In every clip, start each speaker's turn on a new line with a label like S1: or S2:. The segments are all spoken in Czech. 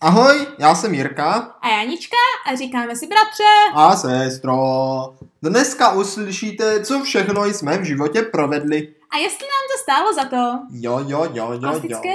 S1: Ahoj, já jsem Jirka
S2: A Janička a říkáme si bratře.
S1: a sestro. Dneska uslyšíte, co všechno jsme v životě provedli.
S2: A jestli nám to stálo za to?
S1: Jo, jo, jo, jo,
S2: Klasické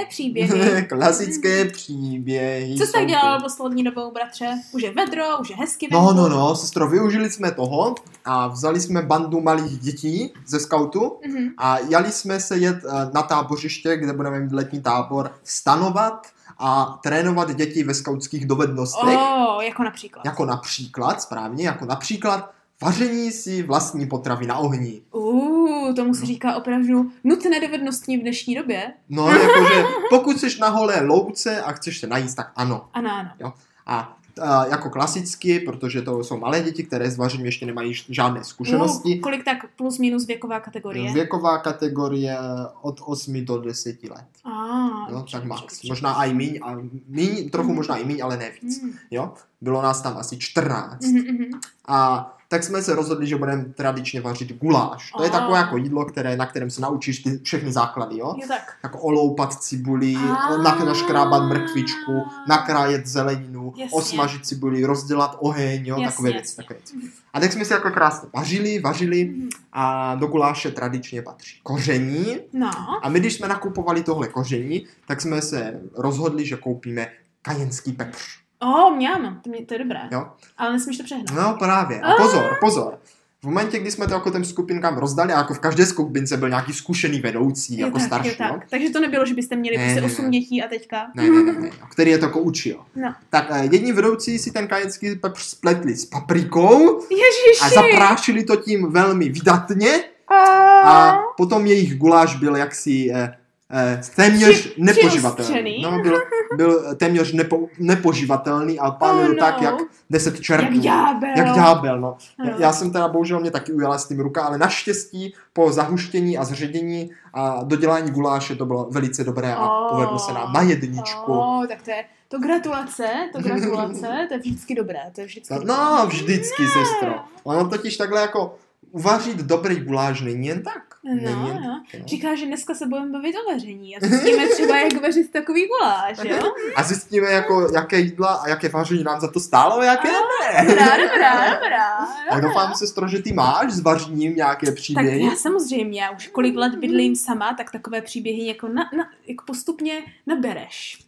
S1: jo.
S2: příběhy.
S1: Klasické příběhy.
S2: Co jsi tak
S1: jsou
S2: dělal
S1: tu.
S2: poslední dobou, bratře? Už je vedro, už je hezky
S1: No,
S2: venku.
S1: no, no, sestro, využili jsme toho a vzali jsme bandu malých dětí ze skautu
S2: Mhm.
S1: a jali jsme se jet eh, na tábořiště, kde budeme mít letní tábor, stanovat a trénovat děti ve skautských dovednostech.
S2: Oh, jako například.
S1: Jako například, správně, jako například vaření si vlastní potravy na ohni.
S2: Uuu, tomu se říká opravdu nutné dovednostní v dnešní době.
S1: No, jakože pokud jsi na holé louce a chceš se najíst, tak ano.
S2: Ano, ano.
S1: A a jako klasicky, protože to jsou malé děti, které s vařením ještě nemají ž- žádné
S2: Uh,
S1: zkušenosti.
S2: kolik tak plus minus věková kategorie?
S1: Věková kategorie od 8 do 10 let.
S2: A,
S1: Jo,
S2: dobře,
S1: No, tak
S2: dobře,
S1: max.
S2: dobře.
S1: Možná a i míň, a míň, trochu
S2: Mhm.
S1: možná i míň, ale ne víc.
S2: Mhm,
S1: Jo? Bylo nás tam asi 14.
S2: mhm,
S1: No.
S2: mhm.
S1: A tak jsme se rozhodli, že budeme tradičně vařit guláš. To je
S2: A.
S1: takové jako jídlo, které, na kterém se naučíš ty všechny základy, jo?
S2: Jo, tak.
S1: Jako oloupat cibuli,
S2: A.
S1: nak- naškrábat mrkvičku, nakrájet zeleninu,
S2: Jasně.
S1: osmažit cibuli, rozdělat oheň, jo?
S2: Jasně,
S1: Takové věci,
S2: jasně.
S1: takové věci. A tak jsme si jako krásně vařili, vařili
S2: Mhm.
S1: a do guláše tradičně patří koření.
S2: No,
S1: A my, když jsme nakupovali tohle koření, tak jsme se rozhodli, že koupíme kajenský pepř.
S2: oh, mňam, to, mě, to je dobré.
S1: Jo.
S2: Ale nesmíš to přehnat.
S1: No právě. A pozor, pozor. V momentě, kdy jsme to jako těm skupinkám rozdali, a jako v každé skupince byl nějaký zkušený vedoucí,
S2: Jo,
S1: jako
S2: tak, jo,
S1: starší, no?
S2: tak. Takže to nebylo, že byste měli
S1: Ne,
S2: prostě
S1: ne, ne.
S2: 8 dětí a teďka.
S1: Ne, ne, ne, ne, no, který je to jako učil.
S2: No.
S1: Tak eh, jedni vedoucí si ten kajenský pepř spletli s paprikou
S2: Ježiši!
S1: a zaprášili to tím velmi vydatně a
S2: A... oh
S1: potom jejich guláš byl jaksi eh, eh, téměř nepoživatelný.
S2: přiostřený.
S1: No, byl, byl téměř nepo, nepoživatelný a pálil
S2: Oh, no.
S1: tak, jak deset
S2: Jak
S1: čertů.
S2: ďábel.
S1: Jak ďábel, no.
S2: Ano.
S1: Já jsem teda bohužel mě taky ujala s tím ruka, ale naštěstí po zahuštění a zředění a dodělání guláše to bylo velice dobré a
S2: Oh.
S1: povedlo se nám na jedničku.
S2: Oh, tak to je, to gratulace, to gratulace, to je vždycky dobré, to je vždycky
S1: Tak-
S2: dobré.
S1: No, vždycky, sestro. Ono totiž takhle jako uvařit dobrý guláš není jen tak. není
S2: No,
S1: jen
S2: no.
S1: tak, no.
S2: Říká, že dneska se budeme bavit o vaření a zjistíme třeba, jak vařit takový guláš, jo?
S1: A zjistíme, jako, jaké jídla a jaké vaření nám za to stálo, jaké ne.
S2: Dobrá, dobrá, dobrá.
S1: Tak doufám, sestro, že ty máš s vařením nějaké
S2: Tak
S1: příběhy.
S2: já samozřejmě, já už kolik let bydlím sama, tak takové příběhy jako, na, na, jako postupně nabereš.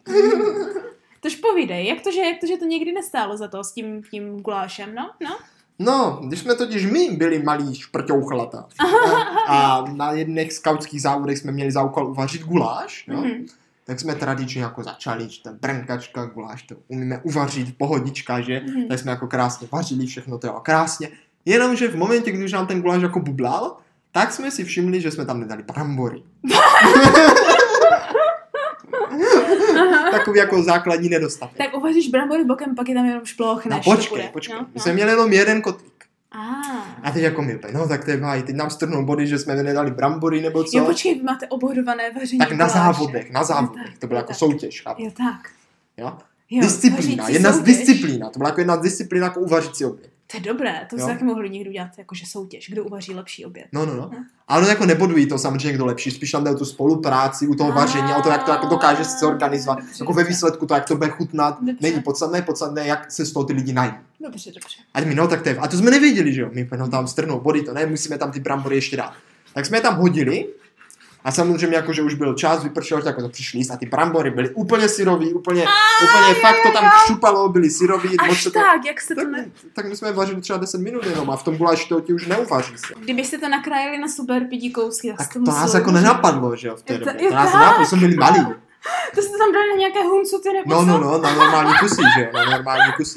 S2: Tož povídej, jak to, že, jak to, že to někdy nestálo za to s tím, tím gulášem, no? no?
S1: No, když jsme totiž my byli malí šprťouchlata a a na jedných skautských závodech jsme měli za úkol uvařit guláš, jo?
S2: Mhm.
S1: tak jsme tradičně jako začali, že ten brnkačka, guláš, to umíme uvařit, pohodička, že?
S2: Mhm.
S1: Tak jsme jako krásně vařili, všechno to bylo krásně. Jenomže v momentě, když nám ten guláš jako bublal, tak jsme si všimli, že jsme tam nedali brambory. Takový jako základní nedostatek.
S2: Tak uvaříš brambory bokem, pak je tam jenom šplochneš.
S1: No
S2: to
S1: počkej,
S2: bude.
S1: počkej.
S2: No,
S1: My jsme
S2: no.
S1: měli jenom jeden kotlík.
S2: Ah.
S1: A teď jako my úplně, no tak to je báj, teď nám strhnou body, že jsme nedali brambory nebo co.
S2: Jo, počkej, vy máte obohodované vaření.
S1: tak na
S2: guláše.
S1: závodech, na závodech.
S2: tak,
S1: To byla
S2: jo,
S1: jako
S2: tak.
S1: soutěž. chápu.
S2: Jo, tak.
S1: Jo?
S2: Jo,
S1: disciplína,
S2: vařící
S1: jedna z
S2: soutěž.
S1: disciplína. To byla jako jedna z disciplín jako uvařit si oběd.
S2: To je dobré, to
S1: Jo.
S2: se taky mohli někdo dělat, jakože soutěž, kdo uvaří lepší oběd.
S1: No, no, no.
S2: Hm.
S1: Ale jako nebodují to samozřejmě kdo lepší, spíš tam jde o tu spolupráci, u toho vaření, o to, jak to jako dokáže se zorganizovat.
S2: Dobře,
S1: Jako ve
S2: dobře.
S1: výsledku to, jak to bude chutnat,
S2: Dobře.
S1: není podstatné, podstatné, jak se z toho ty lidi nají.
S2: Dobře, dobře.
S1: A my, no tak to je, a to jsme nevěděli, že jo, my no, tam strhnou body, to ne, musíme tam ty brambory ještě dát. Tak jsme je tam hodili a samozřejmě jako, že už byl čas, vypršel, tak jako to přišli jíst a ty brambory byly úplně syrový, úplně, úplně fakt to tam křupalo, byly syrový,
S2: Až
S1: se to,
S2: tak, jak se to...
S1: jako- tak,
S2: Ne...
S1: tak my jsme je vařili třeba 10 minut jenom a v tom guláši to ti už neuvaří se.
S2: Kdybyste to nakrájeli na super pidi kousky, tak,
S1: Tak
S2: jste
S1: to
S2: museli-
S1: nás jako nenapadlo, že jo, v té
S2: Je to-
S1: době.
S2: je
S1: To nás
S2: tak.
S1: nenapadlo, jsme byli malí.
S2: To jste tam dali na nějaké huncuty nebo
S1: No,
S2: co?
S1: no, no, na normální kusy, že jo, na normální kusy.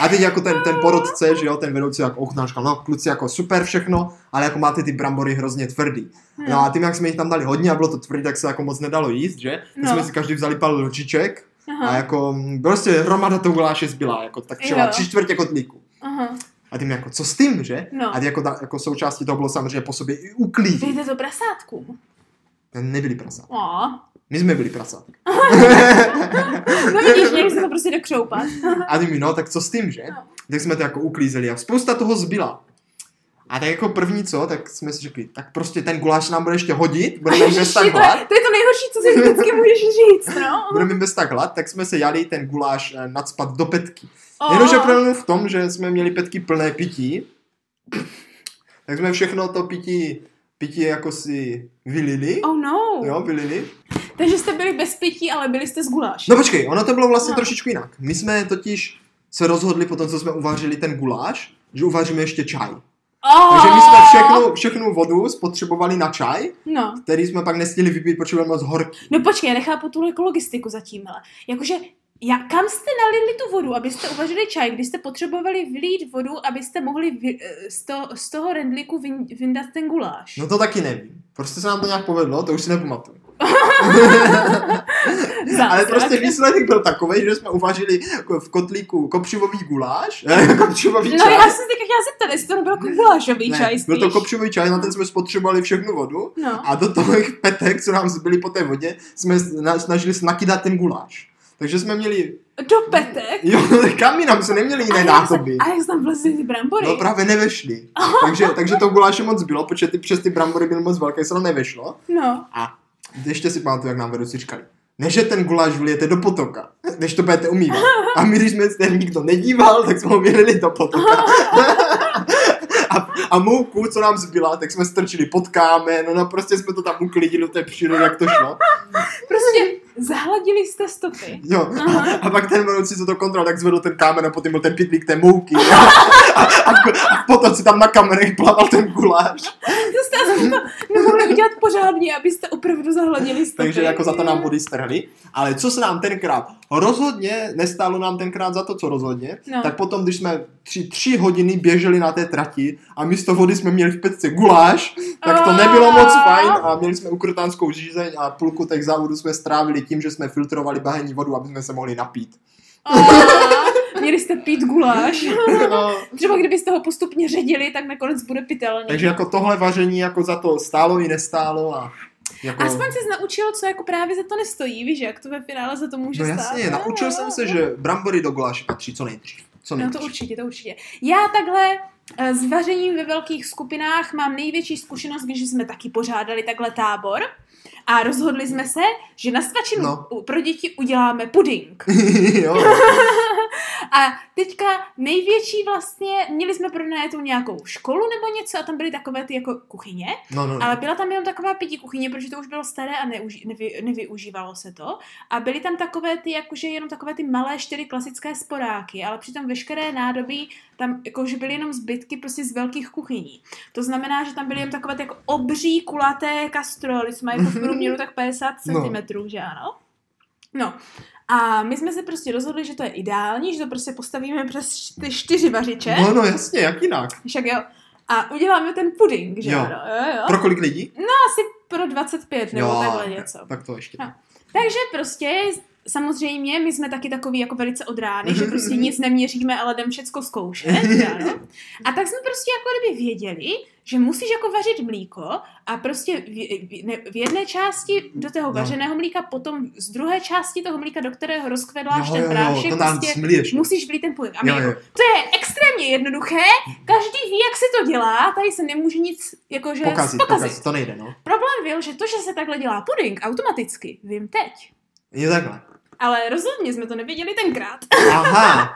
S1: A teď jako ten, ten porodce, že jo, ten vedoucí jako ochna, říkal, no kluci jako super všechno, ale jako máte ty brambory hrozně tvrdý.
S2: Hmm. Hm.
S1: No a tím, jak jsme jich tam dali hodně a bylo to tvrdý, tak se jako moc nedalo jíst, že? Tak
S2: No.
S1: jsme si každý vzali pár ručiček
S2: Aha,
S1: a jako mm, prostě hromada toho guláše zbyla, jako tak třeba
S2: Jo.
S1: tři čtvrtě kotlíku.
S2: aha.
S1: A tím jako, co s tím, že?
S2: No.
S1: A ty jako, ta- jako součástí toho bylo samozřejmě po sobě i uklízení.
S2: Dejte to prasátkům.
S1: Nebyli prasa.
S2: O,
S1: My jsme byli prasa.
S2: no vidíš, někdy se to prostě dokřoupat.
S1: A ty mi, no, tak co s tím, že?
S2: No.
S1: Tak jsme to jako uklízeli a spousta toho zbyla. A tak jako první co, tak jsme si řekli, tak prostě ten guláš nám bude ještě hodit, budeme jim bez
S2: Ježiši, to,
S1: tak hlad,
S2: je, to je to nejhorší, co si vždycky můžeš říct, no.
S1: budeme jim bez tak hlad, tak jsme se jali ten guláš eh, nadspat do petky.
S2: O,
S1: Jenomže problém byl v tom, že jsme měli petky plné pití, tak jsme všechno to pití, pití jako si vylili,
S2: Oh no.
S1: jo, vylili.
S2: Takže jste byli bez pití, ale byli jste z guláš.
S1: No počkej, ono to bylo vlastně
S2: No.
S1: trošičku jinak. My jsme totiž se rozhodli po tom, co jsme uvařili ten guláš, že uvaříme ještě čaj.
S2: oh.
S1: Takže my jsme všechnu, všechnu vodu spotřebovali na čaj,
S2: No.
S1: který jsme pak nestihli vypít, protože byl moc horký.
S2: no počkej, já nechápu tu jako logistiku zatím, ale jakože já, kam jste nalili tu vodu, abyste uvařili čaj, když jste potřebovali vlít vodu, abyste mohli vy, eh, z, to, z toho rendlíku vyn, vyndat ten guláš?
S1: No to taky nevím. Prostě se nám to nějak povedlo, to už si nepamatuju.
S2: Zázrak.
S1: Ale prostě výsledek byl takový, že jsme uvařili ko- v kotlíku kopřivový guláš, kopřivový
S2: No
S1: čaj.
S2: já jsem teď chtěla zeptat, jestli to nebyl jako gulášový
S1: Ne,
S2: čaj
S1: byl
S2: spíš.
S1: to kopřivový čaj, na ten jsme spotřebovali všechnu vodu
S2: No.
S1: a do toho jich petek, co nám zbyly po té vodě, jsme sna- snažili nakydat ten guláš. Takže jsme měli,
S2: Do petek?
S1: jo, kam jinam, se neměli
S2: A
S1: jiné
S2: jak
S1: nádoby.
S2: se- A jak se tam vlezly ty brambory?
S1: No právě nevešli. Takže, takže to guláše moc bylo, protože ty, přes ty brambory byly moc velké, se to nevešlo.
S2: No.
S1: A ještě si pamatuju, jak nám vedoucí říkali. Ne, že ten guláš vlijete do potoka, než to budete umývat. A my, když jsme se nikdo nedíval, tak jsme ho vylili do potoka. A, a mouku, co nám zbyla, tak jsme strčili pod kámen, no, no prostě jsme to tam uklidili do té přírody, jak to šlo.
S2: Prostě zahladili jste stopy.
S1: Jo.
S2: Aha.
S1: A pak ten vedoucí, co to kontrol, tak zvedl ten kámen a potom byl ten pitlík té mouky. A, a, a potom si tam na kamenech plaval ten guláš.
S2: To jste asi to nemohli udělat pořádně, abyste opravdu zahladili stopy.
S1: Takže jako za to nám body strhli. Ale co se nám tenkrát rozhodně, nestálo nám tenkrát za to, co rozhodně,
S2: No.
S1: tak potom, když jsme tři, tři hodiny běželi na té trati a místo vody jsme měli v pecce guláš, tak to nebylo moc fajn a měli jsme ukrtánskou žízeň a půlku těch závodů jsme strávili tím, že jsme filtrovali bahenní vodu, aby jsme se mohli napít.
S2: A, Měli jste pít guláš.
S1: No.
S2: Třeba kdybyste ho postupně ředili, tak nakonec bude pitelný.
S1: Takže jako tohle vaření jako za to stálo i nestálo a jako...
S2: Aspoň jsi naučil, co jako právě za to nestojí, víš, jak to ve finále za to může
S1: no
S2: stát.
S1: jasně,
S2: No,
S1: naučil
S2: no,
S1: jsem
S2: no.
S1: se, že brambory do guláše patří co nejdřív. Co
S2: No
S1: nejdřív.
S2: to určitě, to určitě. Já takhle eh, s vařením ve velkých skupinách mám největší zkušenost, když jsme taky pořádali takhle tábor a rozhodli jsme se, že na svačinu
S1: No.
S2: u- pro děti uděláme puding.
S1: jo.
S2: A teďka největší vlastně, měli jsme pronajatou nějakou školu nebo něco a tam byly takové ty jako kuchyně,
S1: No, no, no.
S2: ale byla tam jenom taková pěti kuchyně, protože to už bylo staré a neuži- nevy- nevyužívalo se to. A byly tam takové ty, jakože jenom takové ty malé čtyři klasické sporáky, ale přitom veškeré nádobí tam jakože byly jenom zbytky prostě z velkých kuchyní. To znamená, že tam byly jenom takové ty jako obří kulaté kastroly, co mají jako v průměru tak 50
S1: No.
S2: cm, že ano? No. A my jsme se prostě rozhodli, že to je ideální, že to prostě postavíme přes ty čtyři vařiče.
S1: No, no jasně, jak jinak.
S2: Však jo. A uděláme ten puding, že
S1: Jo.
S2: ano? Jo, jo
S1: Pro kolik lidí?
S2: asi pro 25 nebo takhle něco.
S1: Tak to ještě.
S2: No. Takže prostě samozřejmě my jsme taky takový jako velice od rány, že prostě nic neměříme, ale jdem všecko zkoušet. ano. A tak jsme prostě jako kdyby věděli, že musíš jako vařit mlíko a prostě v, v- ne- v jedné části do toho
S1: No.
S2: vařeného mlíka, potom z druhé části toho mlíka, do kterého rozkvedláš
S1: jo,
S2: ten
S1: jo, jo,
S2: prášek,
S1: to nám
S2: prostě
S1: smlí ještě.
S2: musíš vlít ten půl. A my
S1: Jo,
S2: jako,
S1: jo.
S2: to je extrémně jednoduché, každý ví, jak se to dělá, tady se nemůže nic jako, jakože
S1: Pokazit, pokazit, to nejde, no.
S2: Problém byl, že to, že se takhle dělá puding automaticky, vím teď.
S1: Je takhle.
S2: Ale rozhodně jsme to nevěděli tenkrát.
S1: Aha,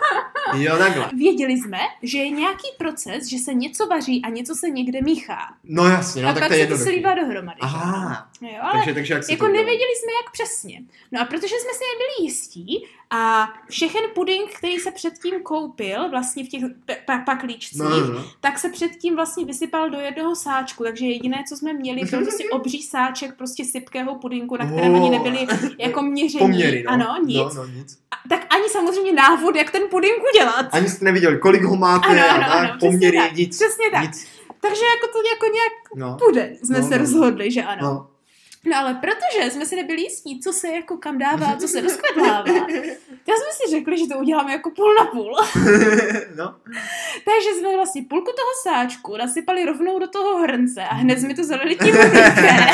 S1: jo, takhle.
S2: Věděli jsme, že je nějaký proces, že se něco vaří a něco se někde míchá.
S1: No jasně, no,
S2: a
S1: tak,
S2: pak
S1: to je
S2: se to
S1: jednoduché.
S2: slívá dohromady. že?
S1: Aha,
S2: No Jo, ale
S1: takže, takže jak se
S2: jako
S1: to dělá?
S2: nevěděli jsme, jak přesně. No a protože jsme si nebyli jistí a všechen puding, který se předtím koupil, vlastně v těch pe- pa- paklíčcích,
S1: No, no, no.
S2: tak se předtím vlastně vysypal do jednoho sáčku, takže jediné, co jsme měli, byl prostě obří sáček prostě sypkého pudinku, na kterém
S1: Oh.
S2: ani nebyly jako měření.
S1: Poměry, no.
S2: Ano, nic.
S1: No, no, nic.
S2: A- Tak ani samozřejmě návod, jak ten puding udělat.
S1: Ani jste neviděli, kolik ho máte
S2: Ano,
S1: a
S2: ano,
S1: tak,
S2: ano,
S1: poměry,
S2: přesně tak,
S1: nic.
S2: Přesně tak.
S1: Nic.
S2: Takže jako to jako nějak
S1: No,
S2: půjde, jsme
S1: No,
S2: se
S1: no.
S2: rozhodli, že ano.
S1: no.
S2: No ale protože jsme si nebyli jistí, co se jako kam dává, a co se rozkvedlává, tak jsme si řekli, že to uděláme jako půl na půl.
S1: no.
S2: Takže jsme vlastně půlku toho sáčku nasypali rovnou do toho hrnce a hned jsme to zalili tím mlíkem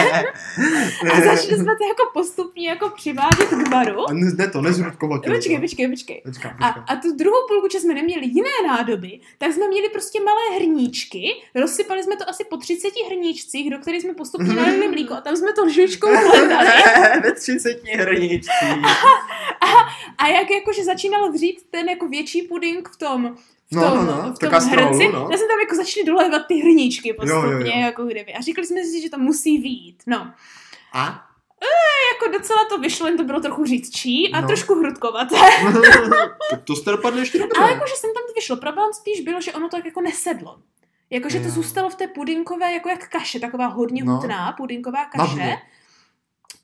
S2: a začali jsme to jako postupně jako přivádět k varu.
S1: A ne, ne to, nezrudkovat.
S2: Počkej, počkej, počkej.
S1: no. počkej.
S2: A, a tu druhou půlku, že jsme neměli jiné nádoby, tak jsme měli prostě malé hrníčky, rozsypali jsme to asi po 30 hrníčcích, do kterých jsme
S1: Mhm.
S2: postupně nalili mlíko a tam jsme to lžičkou hledali.
S1: Ve 30 hrničcích.
S2: A jak jakože začínal vřít ten jako větší puding v tom, v
S1: No,
S2: tom,
S1: no, no,
S2: v
S1: v
S2: tom
S1: kastrolu,
S2: hrnci,
S1: no.
S2: tak jsme tam jako začali dolévat ty hrníčky postupně,
S1: Jo, jo, jo.
S2: jako kdyby. A říkali jsme si, že to musí výjít. No,
S1: A?
S2: jako docela to vyšlo, jen to bylo trochu řídčí a
S1: No.
S2: trošku hrudkovaté.
S1: to, to jste dopadli ještě dobře.
S2: Ale jako jakože jsem tam to vyšlo. Problém spíš bylo, že ono to tak jako nesedlo. Jakože to
S1: Jo.
S2: zůstalo v té pudinkové, jako jak kaše, taková hodně
S1: No.
S2: hutná pudinková
S1: Na
S2: kaše.
S1: dně.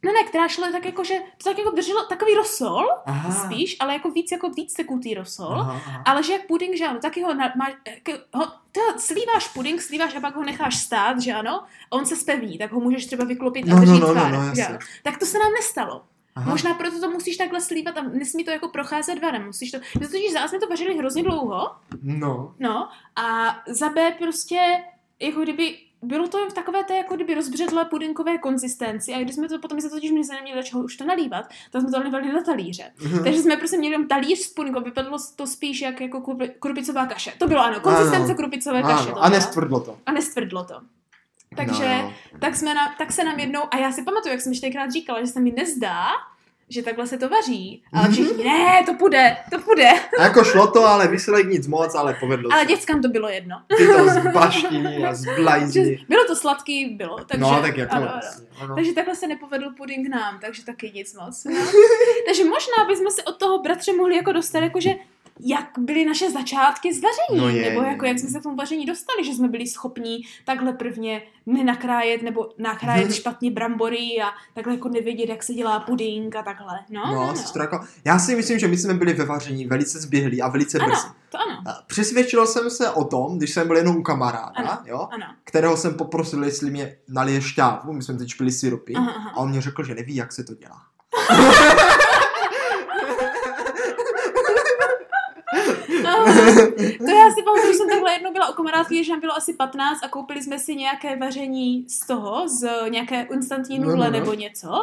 S2: No ne, která šla tak jako, že to tak jako drželo takový rosol
S1: Aha.
S2: spíš, no? ale jako víc, jako víc tekutý rosol.
S1: Aha, aha.
S2: Ale že jak puding, že ano, taky ho, na, má, k- ho to, slíváš puding, slíváš a pak ho necháš stát, že ano, a on se spevní, tak ho můžeš třeba vyklopit a
S1: No,
S2: držet
S1: no, no, no,
S2: tvár.
S1: no,
S2: že
S1: jasně.
S2: ano. Tak to se nám nestalo.
S1: Aha.
S2: Aha. Možná proto to musíš takhle slívat a nesmí to jako procházet varem. Musíš to... My totiž za A jsme to vařili hrozně dlouho,
S1: No.
S2: no, a za B prostě, jako kdyby, bylo to jen v takové té, jako kdyby rozbředlé pudinkové konzistenci a když jsme to potom, my se totiž my se neměli do čeho už to nalívat, tak jsme to nalívali na talíře. Takže jsme prostě měli jenom talíř s pudinkou, vypadlo to spíš jak jako krupi- krupicová kaše. To bylo ano, konzistence
S1: Ano.
S2: krupicové kaše. to
S1: Ano, a
S2: byla.
S1: nestvrdlo to.
S2: a nestvrdlo to. Takže
S1: No, jo.
S2: tak, jsme na, tak se nám jednou, a já si pamatuju, jak jsem už tenkrát říkala, že se mi nezdá, že takhle se to vaří, ale
S1: Mhm.
S2: všichni, ne, to půjde, to půjde.
S1: A jako šlo to, ale výsledek nic moc, ale povedlo
S2: Ale
S1: se.
S2: dětskám to bylo jedno.
S1: Ty to zbaštili a
S2: Že
S1: zblajzili.
S2: bylo to sladký, bylo. Takže,
S1: Mhm. No, tak jako
S2: ano, ano.
S1: vlastně, ano.
S2: Takže takhle se nepovedl puding nám, takže taky nic moc. No. takže možná bychom se od toho bratře mohli jako dostat, jakože jak byly naše začátky s vařením,
S1: No je,
S2: nebo jako
S1: je.
S2: jak jsme se k tomu vaření dostali, že jsme byli schopní takhle prvně nenakrájet nebo nakrájet
S1: Mhm.
S2: špatně brambory a takhle jako nevědět, jak se dělá puding a takhle. No, no,
S1: No,
S2: no.
S1: sestro, jako, já si myslím, že my jsme byli ve vaření velice zběhlí a velice
S2: Ano.
S1: brzy.
S2: To ano,
S1: A Přesvědčil jsem se o tom, když jsem byl jenom u kamaráda,
S2: Ano.
S1: jo,
S2: ano.
S1: kterého jsem poprosil, jestli mě nalije šťávu, my jsme teď pili syrupy,
S2: Aha, aha.
S1: a on mě řekl, že neví, jak se to dělá.
S2: Aha. No, To já si pamatuju, že jsem takhle jednou byla u kamarádky, že nám bylo asi 15 a koupili jsme si nějaké vaření z toho, z nějaké instantní
S1: No,
S2: nudle
S1: no, no.
S2: nebo něco.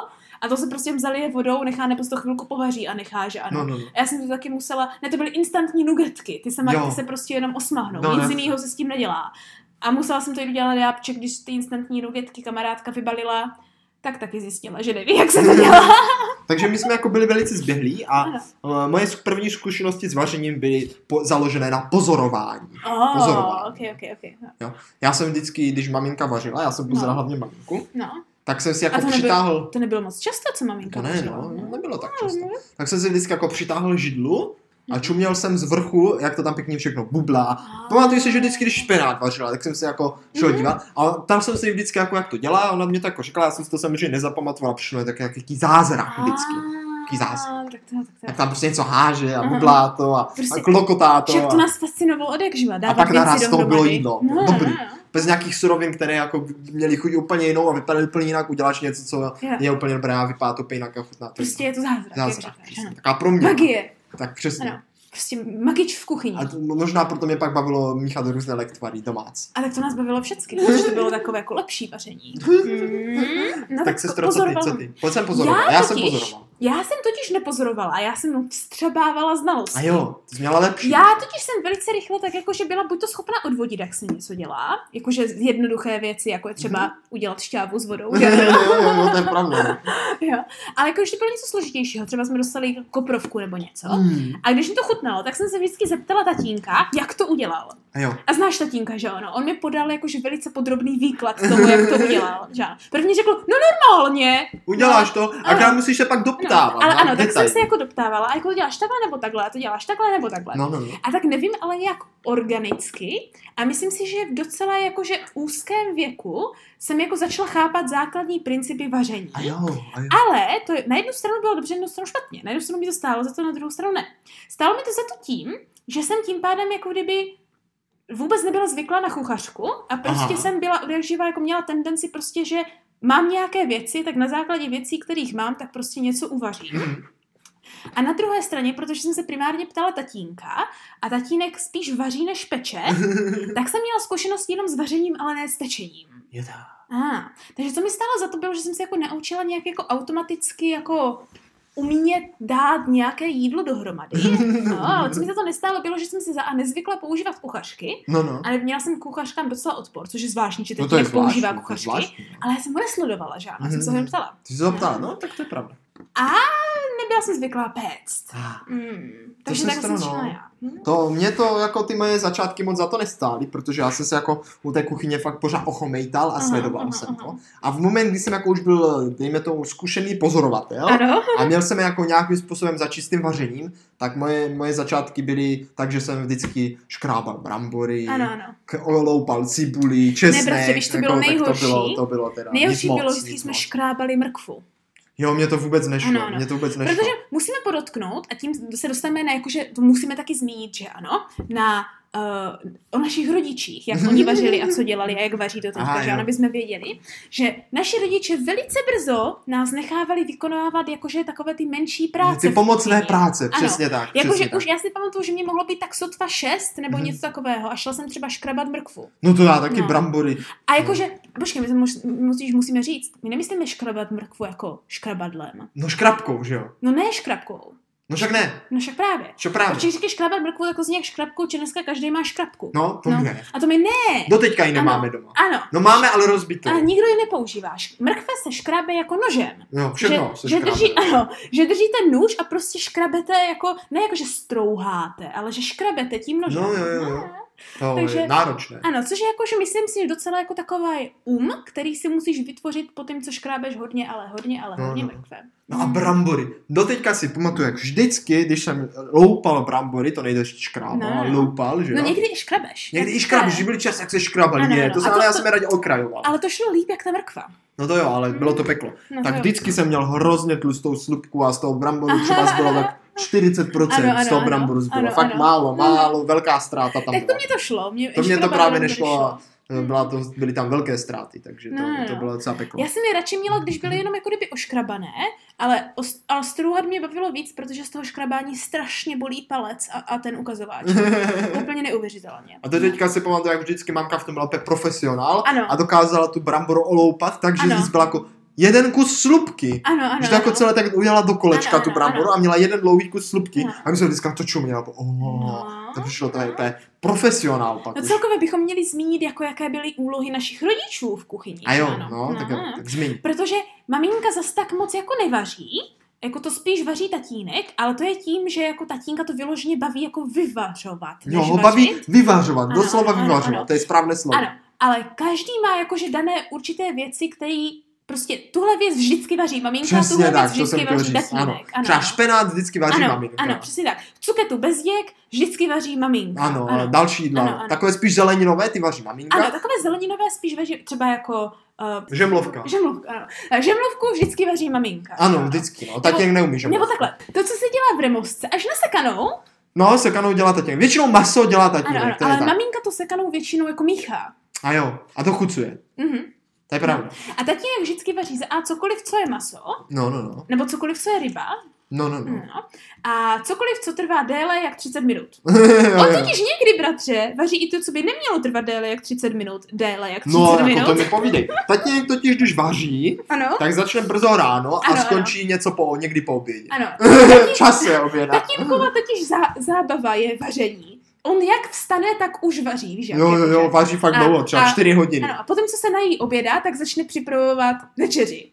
S2: A to se prostě vzali je vodou, nechá nebo to chvilku povaří a nechá, že ano.
S1: No, no, no.
S2: A já jsem to taky musela, ne, to byly instantní nugetky, ty se, mají,
S1: Jo.
S2: ty se prostě jenom osmahnou,
S1: No,
S2: nic
S1: jasně.
S2: jiného se s tím nedělá. A musela jsem to jít udělat já, protože když ty instantní nugetky kamarádka vybalila, tak taky zjistila, že neví, jak se to dělá.
S1: Takže my jsme jako byli velice zběhlí a
S2: Ano.
S1: eh, moje zku- první zkušenosti s vařením byly po- založené na pozorování.
S2: Oh,
S1: Pozorování.
S2: ok, ok, ok. no,
S1: Já jsem vždycky, když maminka vařila, já jsem pozoroval hlavně maminku,
S2: No,
S1: tak jsem si
S2: A
S1: jako
S2: to nebyl-
S1: přitáhl...
S2: to nebylo moc často, co maminka
S1: To ne,
S2: vařila,
S1: no,
S2: no.
S1: nebylo tak
S2: No,
S1: často.
S2: no, Mhm.
S1: Tak jsem si vždycky jako přitáhl židlu a čuměl jsem z vrchu, jak to tam pěkně všechno bublá. Pamatuju si, že vždycky, když špenát vařila, tak jsem se jako šel
S2: Mhm.
S1: dívat. A tam jsem si vždycky jako, jak to dělá, a ona mě tak jako řekla, já jsem si to samozřejmě nezapamatovala, přišlo je tak jaký zázrak vždycky. Jaký zázrak.
S2: Tak to, tak to.
S1: Tak tam prostě něco háže a
S2: Aha.
S1: bublá to a,
S2: Prostě-
S1: a klokotá
S2: Však
S1: to.
S2: to
S1: A
S2: nás fascinovalo od jak živa, dávat
S1: pak naraz
S2: věci
S1: z toho
S2: dohromady.
S1: bylo jídlo.
S2: No, no,
S1: Dobrý.
S2: no.
S1: bez nějakých surovin, které jako měly chuť úplně jinou a vypadaly úplně jinak, uděláš něco, co
S2: Jo.
S1: je úplně dobré a vypadá to úplně jinak a chutná to.
S2: Prostě
S1: jinak.
S2: je to zázrak,
S1: zázrak.
S2: jak říkáš.
S1: přesně.
S2: ano.
S1: Taká pro mě.
S2: Magie.
S1: Tak přesně.
S2: Ano. Prostě magič v kuchyni.
S1: A to, možná proto mě pak bavilo míchat různé lektvary domácí.
S2: A tak to nás bavilo všechny, protože to bylo takové jako lepší vaření. Mm, no
S1: tak se co ty,
S2: pozorovala-
S1: co ty? Pojď jsem pozoroval. Já, jsem
S2: totiž-
S1: pozoroval.
S2: Já jsem totiž nepozorovala, já jsem vstřebávala znalosti.
S1: A jo, ty jsi měla lepší.
S2: Já totiž jsem velice rychle tak jako, že byla buď to schopna odvodit, jak se něco dělá, jakože jednoduché věci, jako je třeba udělat šťávu s vodou, že?
S1: jo, jo, jo, to je pravda. no.
S2: ale jako když to bylo něco složitějšího, třeba jsme dostali koprovku nebo něco,
S1: Mm.
S2: a když mi to chutnalo, tak jsem se vždycky zeptala tatínka, jak to udělal.
S1: A jo.
S2: A znáš tatínka, že ano? On mi podal jakože velice podrobný výklad tomu, jak to udělal. Že ano? První řekl, no normálně.
S1: Uděláš to a
S2: No, Ano.
S1: kam musíš se pak
S2: No,
S1: doptávat.
S2: ale
S1: na
S2: ano, tak jsem
S1: detaily.
S2: se jako doptávala, a jako to děláš takhle nebo takhle, a to děláš takhle nebo takhle.
S1: No, no, no.
S2: A tak nevím, ale nějak organicky. A myslím si, že v docela jakože úzkém věku jsem jako začala chápat základní principy vaření.
S1: A jo, a jo.
S2: Ale to je- na jednu stranu bylo dobře, na jednu stranu špatně. Na jednu stranu mi to stálo za to, na druhou stranu ne. Stálo mi to za to tím, že jsem tím pádem jako kdyby vůbec nebyla zvyklá na kuchařku a prostě Aha.
S1: Aha.
S2: jsem byla od jak živa, jako měla tendenci prostě, že mám nějaké věci, tak na základě věcí, kterých mám, tak prostě něco uvařím. A na druhé straně, protože jsem se primárně ptala tatínka a tatínek spíš vaří než peče, tak jsem měla zkušenost jenom s vařením, ale ne s pečením.
S1: Je tak.
S2: Ah, takže co mi stálo za to bylo, že jsem se jako naučila nějak jako automaticky jako umět dát nějaké jídlo dohromady. No, ale co mi za to nestálo, bylo, že jsem si za a nezvykla používat kuchařky.
S1: No, no.
S2: A měla jsem kuchařkám docela odpor, což je zvláštní, že teď
S1: No to je
S2: no používá
S1: zvláštní, to je
S2: kuchařky.
S1: zvláštní. Mhm. no.
S2: Ale já jsem ho nesledovala žádná, jsem se ho jen ptala.
S1: Ty jsi se ptala, no, tak to je pravda.
S2: Nebyla jsem zvyklá péct. Mm, takže
S1: se
S2: tak jsem
S1: stalo,
S2: začala
S1: no.
S2: já. Hm?
S1: To mě to jako ty moje začátky moc za to nestály, protože já jsem se jako u té kuchyně fakt pořád ochomejtal a
S2: Aha,
S1: sledoval
S2: aha,
S1: jsem to.
S2: aha.
S1: A v moment, kdy jsem jako už byl, dejme tomu, zkušený pozorovatel
S2: Ano.
S1: a měl jsem jako nějakým způsobem za čistým vařením, tak moje, moje začátky byly tak, že jsem vždycky škrábal brambory,
S2: Ano, ano.
S1: k- oloupal cibuli, česnek.
S2: bratře, víš, co
S1: jako,
S2: bylo
S1: tak
S2: nejhorší?
S1: To bylo, to bylo teda
S2: Nejhorší
S1: nic moc,
S2: bylo,
S1: nic
S2: když jsme
S1: moc.
S2: škrábali mrkvu.
S1: Jo, mě to vůbec nešlo,
S2: Ano, ano.
S1: mě to vůbec nešlo.
S2: Protože musíme podotknout, a tím se dostaneme na, jakože to musíme taky zmínit, že ano, na uh, o našich rodičích, jak oni vařili a co dělali a jak vaří do toho,
S1: Aha,
S2: takže
S1: jo.
S2: ano, aby jsme věděli, že naši rodiče velice brzo nás nechávali vykonávat jakože takové ty menší práce.
S1: Ty pomocné
S2: v kuchyni.
S1: práce,
S2: Ano.
S1: přesně tak.
S2: Jakože
S1: přesně tak.
S2: už já si pamatuju, že mě mohlo být tak sotva 6 nebo
S1: Mhm.
S2: něco takového a šla jsem třeba škrabat mrkvu.
S1: No to já taky
S2: No.
S1: brambory.
S2: A jakože, počkej, my se muž, musíš, musíme říct, my nemyslíme škrabat mrkvu jako škrabadlem.
S1: No škrabkou, že jo?
S2: No ne škrabkou,
S1: No však ne,
S2: no však právě.
S1: čo
S2: A
S1: právě.
S2: když říkáš škrabat mrkvu, tak to zní jak škrabku, či dneska každý má škrabku.
S1: No, to
S2: No.
S1: no. ne.
S2: A to my ne.
S1: Doteďka ji nemáme
S2: Ano.
S1: doma.
S2: Ano.
S1: No máme, ale rozbitou.
S2: A nikdo ji nepoužíváš. Mrkve se škrabe jako nožem.
S1: No, všechno
S2: že,
S1: se no.
S2: že,
S1: škrábe.
S2: drží, ano, že držíte nůž a prostě škrabete jako, ne jako že strouháte, ale že škrabete tím nožem.
S1: No, jo, jo, jo. To
S2: Takže-
S1: je náročné.
S2: Ano, což je jako, že myslím si, že docela jako takový um, který si musíš vytvořit po tom, co škrábeš hodně, ale hodně, ale
S1: No,
S2: hodně
S1: no.
S2: mrkve.
S1: No a brambory. Doteďka si pamatuju, jak vždycky, když jsem loupal brambory, to nejde škrába,
S2: No, no,
S1: no,
S2: no.
S1: ale loupal, že
S2: No
S1: jo?
S2: někdy i škrabeš.
S1: Někdy
S2: Tak
S1: i škrab,
S2: ne.
S1: že byl čas, jak se škrabal.
S2: Ano,
S1: Ne,
S2: ano,
S1: to
S2: a
S1: jsem,
S2: to-
S1: ale já
S2: to-
S1: jsem je raději okrajoval.
S2: Ale to šlo líp, jak ta mrkva.
S1: No to jo, ale bylo to peklo.
S2: No,
S1: Tak
S2: to jo.
S1: vždycky jsem měl hrozně tlustou slupku a z toho bramboru třeba zbylo tak 40%
S2: Ano, ano,
S1: z toho
S2: ano.
S1: bramboru zbylo.
S2: Ano,
S1: Fakt
S2: ano.
S1: málo,
S2: Mhm.
S1: málo, velká ztráta tam
S2: Tak to
S1: byla.
S2: mě to šlo. Mě
S1: To mě to
S2: škrabadlo
S1: právě
S2: mi
S1: nešlo a Byla to, byly tam velké ztráty, takže to,
S2: No, no,
S1: to
S2: no.
S1: bylo docela peklo.
S2: Já jsem je radši měla, když byly jenom jako kdyby oškrabané, ale, os- ale strouhat mě bavilo víc, protože z toho škrabání strašně bolí palec a, a ten ukazováč. Úplně neuvěřitelně.
S1: A to teďka si pamatuju, jak vždycky mamka v tom byla úplně profesionál
S2: Ano.
S1: a dokázala tu bramboru oloupat, takže
S2: Ano.
S1: ano. byla jako jeden kus slupky.
S2: No. Ano, ano.
S1: Že to jako
S2: ano.
S1: celé tak udělala do kolečka
S2: Ano,
S1: tu
S2: ano,
S1: bramboru a měla jeden dlouhý kus slupky.
S2: Ano.
S1: A my jsme vždycky na to čuměli. Jako, oh,
S2: No.
S1: to přišlo to je úplně profesionál pak
S2: No
S1: už.
S2: celkově bychom měli zmínit, jako jaké byly úlohy našich rodičů v kuchyni.
S1: A jo,
S2: že
S1: no, no, tak, jo, tak zmiň.
S2: Protože maminka zas tak moc jako nevaří, jako to spíš vaří tatínek, ale to je tím, že jako tatínka to vyloženě baví jako vyvařovat.
S1: Jo,
S2: než
S1: ho
S2: vařit.
S1: baví vyvařovat,
S2: Ano,
S1: doslova
S2: ano, ano, ano.
S1: vyvařovat, to je správné slovo.
S2: Ano, ale každý má jakože dané určité věci, které prostě tuhle věc vždycky vaří maminka,
S1: Přesně
S2: tuhle
S1: tak,
S2: věc
S1: to
S2: vždycky
S1: jsem chtěl
S2: vaří
S1: říct, ano.
S2: tatínek. Ano,
S1: Třeba špenát vždycky vaří
S2: ano,
S1: maminka.
S2: ano, přesně tak. Cuketu bezděk vždycky vaří maminka.
S1: Ano, ano, další jídla.
S2: Ano, ano.
S1: Takové spíš zeleninové, ty vaří maminka.
S2: ano, takové zeleninové spíš vaří třeba jako... Uh,
S1: Žemlovka.
S2: Žemlovka, ano. Eh, Žemlovku vždycky vaří maminka.
S1: Ano, vždycky, no. Tatěk neumí žemlovku.
S2: Nebo takhle, to, co se dělá v remosce, až na sekanou,
S1: No, sekanou dělá tatínek. Většinou maso dělá
S2: ano,
S1: tatínek,
S2: ano,
S1: to je
S2: ale
S1: tak.
S2: maminka to sekanou většinou jako míchá.
S1: A jo, a to chucuje.
S2: Mhm.
S1: To je pravda.
S2: A tatínek vždycky vaří za A cokoliv, co je maso,
S1: No, no, no.
S2: nebo cokoliv, co je ryba,
S1: No, no, no.
S2: No. A cokoliv, co trvá déle jak 30 minut.
S1: Jo,
S2: Hmm. On
S1: jo.
S2: totiž někdy, bratře, vaří i to, co by nemělo trvat déle jak 30 minut, déle jak 30
S1: No,
S2: minut.
S1: jako to mi povídej. Tatínek totiž, když vaří,
S2: Ano,
S1: tak začne brzo ráno a
S2: Ano, ano.
S1: skončí něco po, někdy po obědě.
S2: ano.
S1: Čas je oběda.
S2: Tatínkova totiž zá, zábava je vaření. On jak vstane, tak už vaří, víš? jak
S1: Jo, jo,
S2: jakože.
S1: jo, vaří fakt
S2: A-
S1: dlouho, třeba
S2: a-
S1: 4 hodiny.
S2: Ano, a potom, co se nají oběda, tak začne připravovat večeři.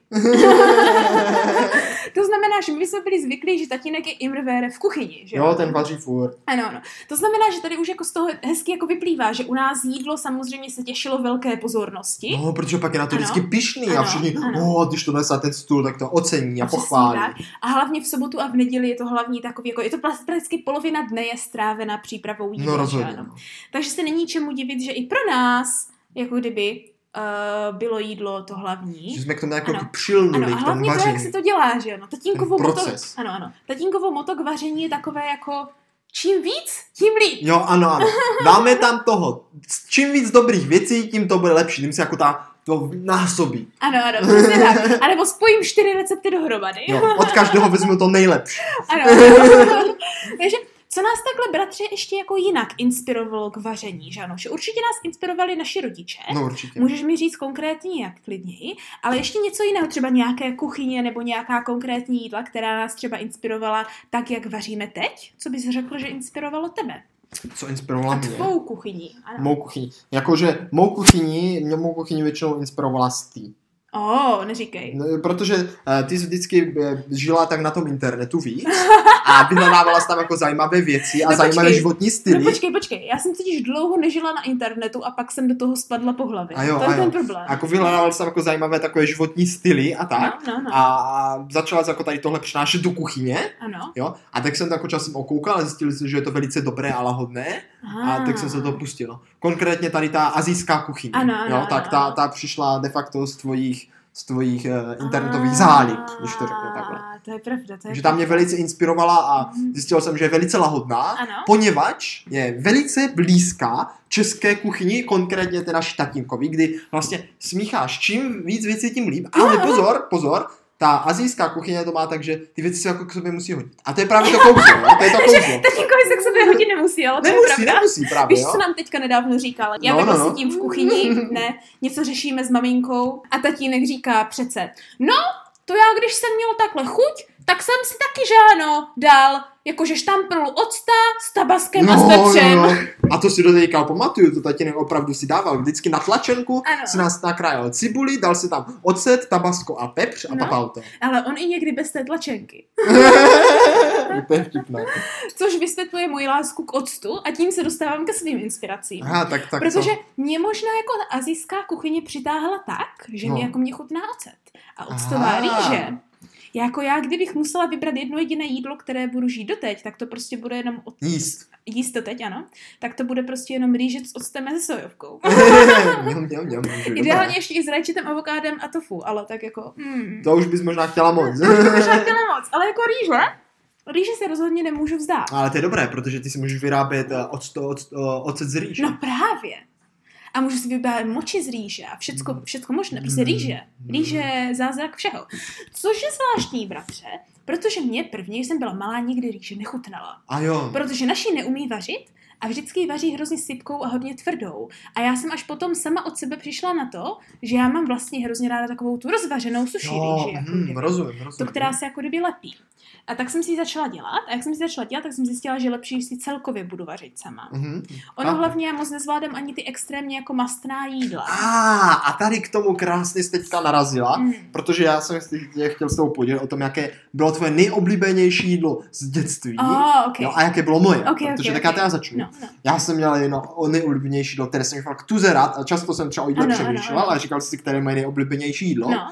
S2: to znamená, že my jsme byli zvyklí, že tatínek je imrvére v kuchyni, že
S1: Jo, ten vaří furt.
S2: Ano, ano. To znamená, že tady už jako z toho hezky jako vyplývá, že u nás jídlo samozřejmě se těšilo velké pozornosti.
S1: No, protože pak je na to
S2: Ano.
S1: vždycky pišný a
S2: Ano,
S1: všichni,
S2: ano.
S1: o, když to nese na ten stůl, tak to ocení a
S2: Přesně
S1: pochválí.
S2: tak. A hlavně v sobotu a v neděli je to hlavní takový, jako je to plas- prakticky polovina dne je strávena přípravou jídla.
S1: No,
S2: že
S1: rozhodně.
S2: ano.
S1: no.
S2: Takže se není čemu divit, že i pro nás, jako kdyby, uh, bylo jídlo to hlavní.
S1: Že jsme k tomu nějak
S2: Ano.
S1: jako
S2: Ano,
S1: přilnuli
S2: a
S1: k tomu
S2: hlavně to, jak
S1: vaření.
S2: se to dělá, že ano. Tatínkovo
S1: Ten
S2: moto,
S1: proces.
S2: ano, ano. Tatínkovo moto k vaření je takové jako čím víc, tím líp.
S1: Jo, ano, ano. Dáme tam toho. Čím víc dobrých věcí, tím to bude lepší. Tím se jako ta to násobí.
S2: Ano, ano, přesně tak. A nebo spojím čtyři recepty dohromady.
S1: Jo, od každého vezmu to nejlepší.
S2: Ano. Takže co nás takhle, bratře, ještě jako jinak inspirovalo k vaření, že ano? Že určitě nás inspirovali naši rodiče.
S1: No určitě.
S2: Můžeš mi říct konkrétně, jak klidněji, ale ještě něco jiného, třeba nějaké kuchyně nebo nějaká konkrétní jídla, která nás třeba inspirovala tak, jak vaříme teď? Co bys řekl, že inspirovalo tebe?
S1: Co inspirovala
S2: A
S1: mě?
S2: tvou kuchyni, ano.
S1: Mou kuchyni. Jakože mou kuchyni, mě mou kuchyni většinou inspirovala Stý.
S2: O, oh, neříkej.
S1: No, protože eh, ty jsi vždycky eh, žila tak na tom internetu víc a vyhledávala jsi tam jako zajímavé věci a
S2: No,
S1: zajímavé
S2: počkej.
S1: životní
S2: No
S1: styly.
S2: počkej, počkej, já jsem totiž dlouho nežila na internetu a pak jsem do toho spadla po hlavě.
S1: A jo,
S2: to je
S1: a jo.
S2: ten problém.
S1: Jako vyhledávala jsi tam jako zajímavé takové životní styly a tak.
S2: No, no, no.
S1: A začala jsi jako tady tohle přinášet do kuchyně,
S2: Ano.
S1: jo. A tak jsem to jako časem okoukal a zjistil jsem, že je to velice dobré a lahodné. A
S2: Ah.
S1: tak jsem se to pustil. Konkrétně tady ta azijská kuchyně.
S2: Ano, ano,
S1: jo,
S2: ano,
S1: tak
S2: ano.
S1: ta, ta přišla de facto z tvojich, z tvojich eh, internetových
S2: Ah,
S1: zálib, když to řeknu takhle.
S2: To je pravda, to je
S1: Takže ta mě
S2: pravda.
S1: velice inspirovala a
S2: Mhm.
S1: zjistil jsem, že je velice lahodná,
S2: Ano.
S1: poněvadž je velice blízká české kuchyni, konkrétně teda štatinkovi, kdy vlastně smícháš čím víc věcí, tím líp. Ale pozor, pozor, ta azijská kuchyně to má tak, že ty věci se jako k sobě musí hodit. A to je právě to kouzlo, jo, to je to kouzlo.
S2: Nikoho se Jako, k sobě hodit nemusí, ale to je
S1: Nemusí,
S2: pravda.
S1: nemusí právě,
S2: Víš,
S1: jo.
S2: co nám teďka nedávno říkala? Já
S1: No,
S2: no,
S1: no, no.
S2: no, sedím v kuchyni, ne, něco řešíme s maminkou a tatínek říká přece, no, to já, když jsem měl takhle chuť, tak jsem si taky žáno dal, jakože štamprl octa s tabaskem a s pepřem.
S1: No, jo. A to si do teďka pamatuju, to tatínek opravdu si dával vždycky na tlačenku,
S2: Ano.
S1: si nás nakrájel cibuli, dal si tam ocet, tabasko a pepř a
S2: No.
S1: papal to.
S2: Ale on i někdy bez té tlačenky.
S1: to je vtipné.
S2: Což vysvětluje moji lásku k octu a tím se dostávám ke svým inspiracím.
S1: Aha, tak, tak
S2: Protože
S1: to.
S2: mě možná jako ta azijská kuchyně přitáhla tak, že
S1: No.
S2: mě jako mě chutná ocet a octová
S1: Aha.
S2: rýže. Já Jako já, kdybych musela vybrat jedno jediné jídlo, které budu žít doteď, tak to prostě bude jenom od...
S1: Jíst.
S2: jíst doteď, ano, tak to bude prostě jenom rýže s octem a se sojovkou.
S1: Mňam, mňam, mňam, že dobré.
S2: Ideálně ještě i s rajčitem, avokádem a tofu, ale tak jako... Mm.
S1: To už bys možná chtěla moc.
S2: To možná chtěla moc, ale jako rýže? Rýže se rozhodně nemůžu vzdát.
S1: Ale to je dobré, protože ty si můžeš vyrábět eh, octo, octo, ocet z rýže.
S2: No právě. A můžu si vybrat moči z rýže a všecko,
S1: Mm.
S2: všecko možné.
S1: Hmm.
S2: Prostě rýže. Rýže, zázrak všeho. Což je zvláštní, bratře, protože mě první, když jsem byla malá, nikdy rýže nechutnala.
S1: A jo.
S2: Protože naši neumí vařit a vždycky ji vaří hrozně sypkou a hodně tvrdou. A já jsem až potom sama od sebe přišla na to, že já mám vlastně hrozně ráda takovou tu rozvařenou suši
S1: Jo,
S2: rýži. Jako
S1: hm,
S2: kdyby.
S1: rozumím, rozumím.
S2: To, která se jako kdyby lepí. A tak jsem si ji začala dělat. A jak jsem si začala dělat, tak jsem zjistila, že lepší, když si celkově budu vařit sama.
S1: Mhm.
S2: Ono
S1: A-
S2: hlavně já moc nezvládám ani ty extrémně jako mastná jídla.
S1: A, a tady k tomu krásně jsi teďka narazila.
S2: Mm.
S1: protože já jsem si tě chtěl s tou podělit o tom, jaké bylo tvoje nejoblíbenější jídlo z dětství.
S2: Oh, okay.
S1: Jo, a jaké bylo moje,
S2: Ok, ok,
S1: protože
S2: ok.
S1: tak já teda začnu.
S2: No, no.
S1: Já jsem měl jenom o nejoblíbenější jídlo, které jsem fakt tuzerat a často jsem třeba o jídle
S2: Ano,
S1: přemýšlel
S2: ano, ano.
S1: a říkal jsem si, které je moje nejoblíbenější jídlo.
S2: no.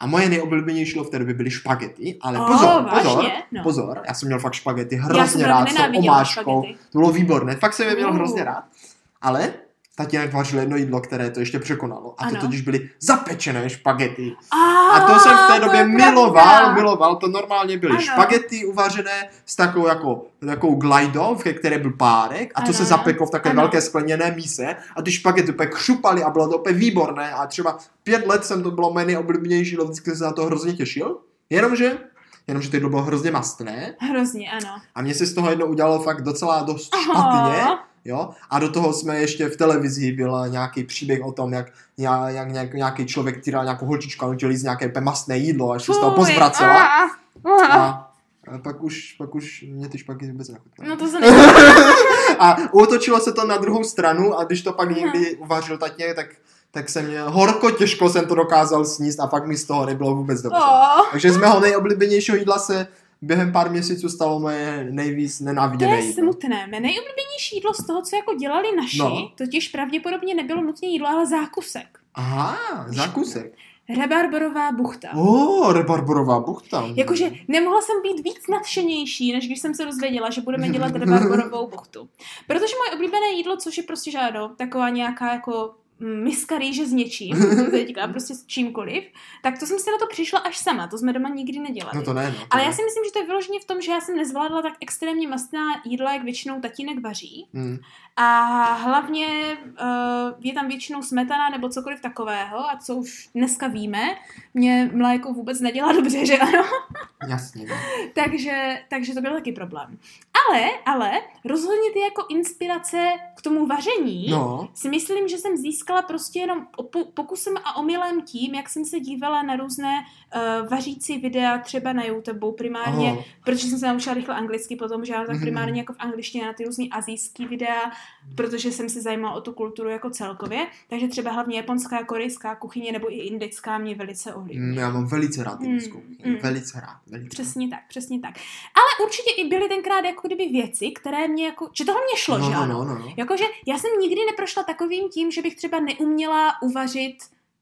S1: A moje nejoblíbenější jídlo v té době byly špagety, ale
S2: O,
S1: pozor,
S2: vážně?
S1: pozor,
S2: No.
S1: pozor, Oh, No. já jsem měl fakt špagety
S2: Já jsem
S1: hrozně
S2: rád
S1: rád s tou
S2: nenáviděla
S1: omáčkou,
S2: špagety.
S1: to bylo výborné, fakt jsem je měl
S2: Mm.
S1: hrozně rád, ale tatínek vařil jedno jídlo, které to ještě překonalo a to
S2: Ano.
S1: totiž byly zapečené špagety.
S2: A,
S1: A to jsem v té
S2: je
S1: době
S2: pravda.
S1: miloval, miloval, to normálně byly
S2: Ano.
S1: špagety uvařené s takovou jako, takovou glajdou, ve které byl párek a to
S2: Ano.
S1: se zapeklo v takové
S2: Ano.
S1: velké skleněné míse a ty špagety úplně křupaly a bylo to úplně výborné a třeba pět let jsem to bylo moje nejoblíbenější jídlo, vždycky jsem se na to hrozně těšil, jenomže Jenomže to jídlo bylo hrozně mastné
S2: Hrozně, ano.
S1: a mě se z toho jedno udělalo fakt docela dost
S2: Aha.
S1: špatně.
S2: Oh,
S1: Jo? A do toho jsme ještě v televizi byl nějaký příběh o tom, jak, jak, jak, jak nějaký člověk týral nějakou holčičku a nutil jí z nějaké úplně mastné jídlo, až se z toho
S2: Fuj, ah,
S1: pozvracela.
S2: a, a.
S1: A, a pak už, pak už mě ty špaky vůbec nechutnaly.
S2: No to se nejde.
S1: A otočilo se to na druhou stranu a když to pak někdy uvařil tatě, tak, tak jsem mě, horko těžko jsem to dokázal sníst a fakt mi z toho nebylo vůbec dobře.
S2: Oh,
S1: Takže z mého nejoblíbenějšího jídla se během pár měsíců stalo moje nejvíc
S2: to
S1: nenáviděné
S2: je
S1: jídlo.
S2: smutné. Mé nejoblíbenější jídlo z toho, co jako dělali naši,
S1: No.
S2: no. totiž pravděpodobně nebylo nutně jídlo, ale zákusek.
S1: Aha, zákusek.
S2: Rebarborová buchta.
S1: O, rebarborová buchta.
S2: Jakože nemohla jsem být víc nadšenější, než když jsem se dozvěděla, že budeme dělat rebarborovou buchtu. Protože moje oblíbené jídlo, což je prostě žádno, taková nějaká jako miska rýže s něčím, jsem to říkala, prostě s čímkoliv, tak to jsem si na to přišla až sama, to jsme doma nikdy nedělali.
S1: No to ne, no. to
S2: Ale
S1: ne.
S2: já si myslím, že to je vyloženě v tom, že já jsem nezvládla tak extrémně mastná jídla, jak většinou tatínek vaří.
S1: Hmm.
S2: A hlavně uh, je tam většinou smetana nebo cokoliv takového, a co už dneska víme, mě mléko vůbec nedělá dobře, že ano?
S1: Jasně, no.
S2: takže, takže to byl taky problém. Ale, ale rozhodně ty jako inspirace k tomu vaření
S1: no.
S2: si myslím, že jsem získala prostě jenom opu- pokusem a omylem tím, jak jsem se dívala na různé uh, vařící videa třeba na YouTube primárně,
S1: Aho.
S2: protože jsem se naučila rychle anglicky potom, že já tak
S1: Mhm.
S2: primárně jako v angličtině na ty různé azijský videa, protože jsem se zajímala o tu kulturu jako celkově, takže třeba hlavně japonská, korejská kuchyně nebo i indická mě velice ovlivňuje.
S1: Mm, Já mám velice rád
S2: Mm,
S1: indickou
S2: mm.
S1: kuchyni. Velice rád. Velice.
S2: Přesně tak, přesně tak. Ale určitě i byly tenkrát jako kdyby věci, které mě jako, že tohle mě šlo,
S1: no,
S2: že
S1: no, no,
S2: ano?
S1: no, no.
S2: Jakože já jsem nikdy neprošla takovým tím, že bych třeba neuměla uvařit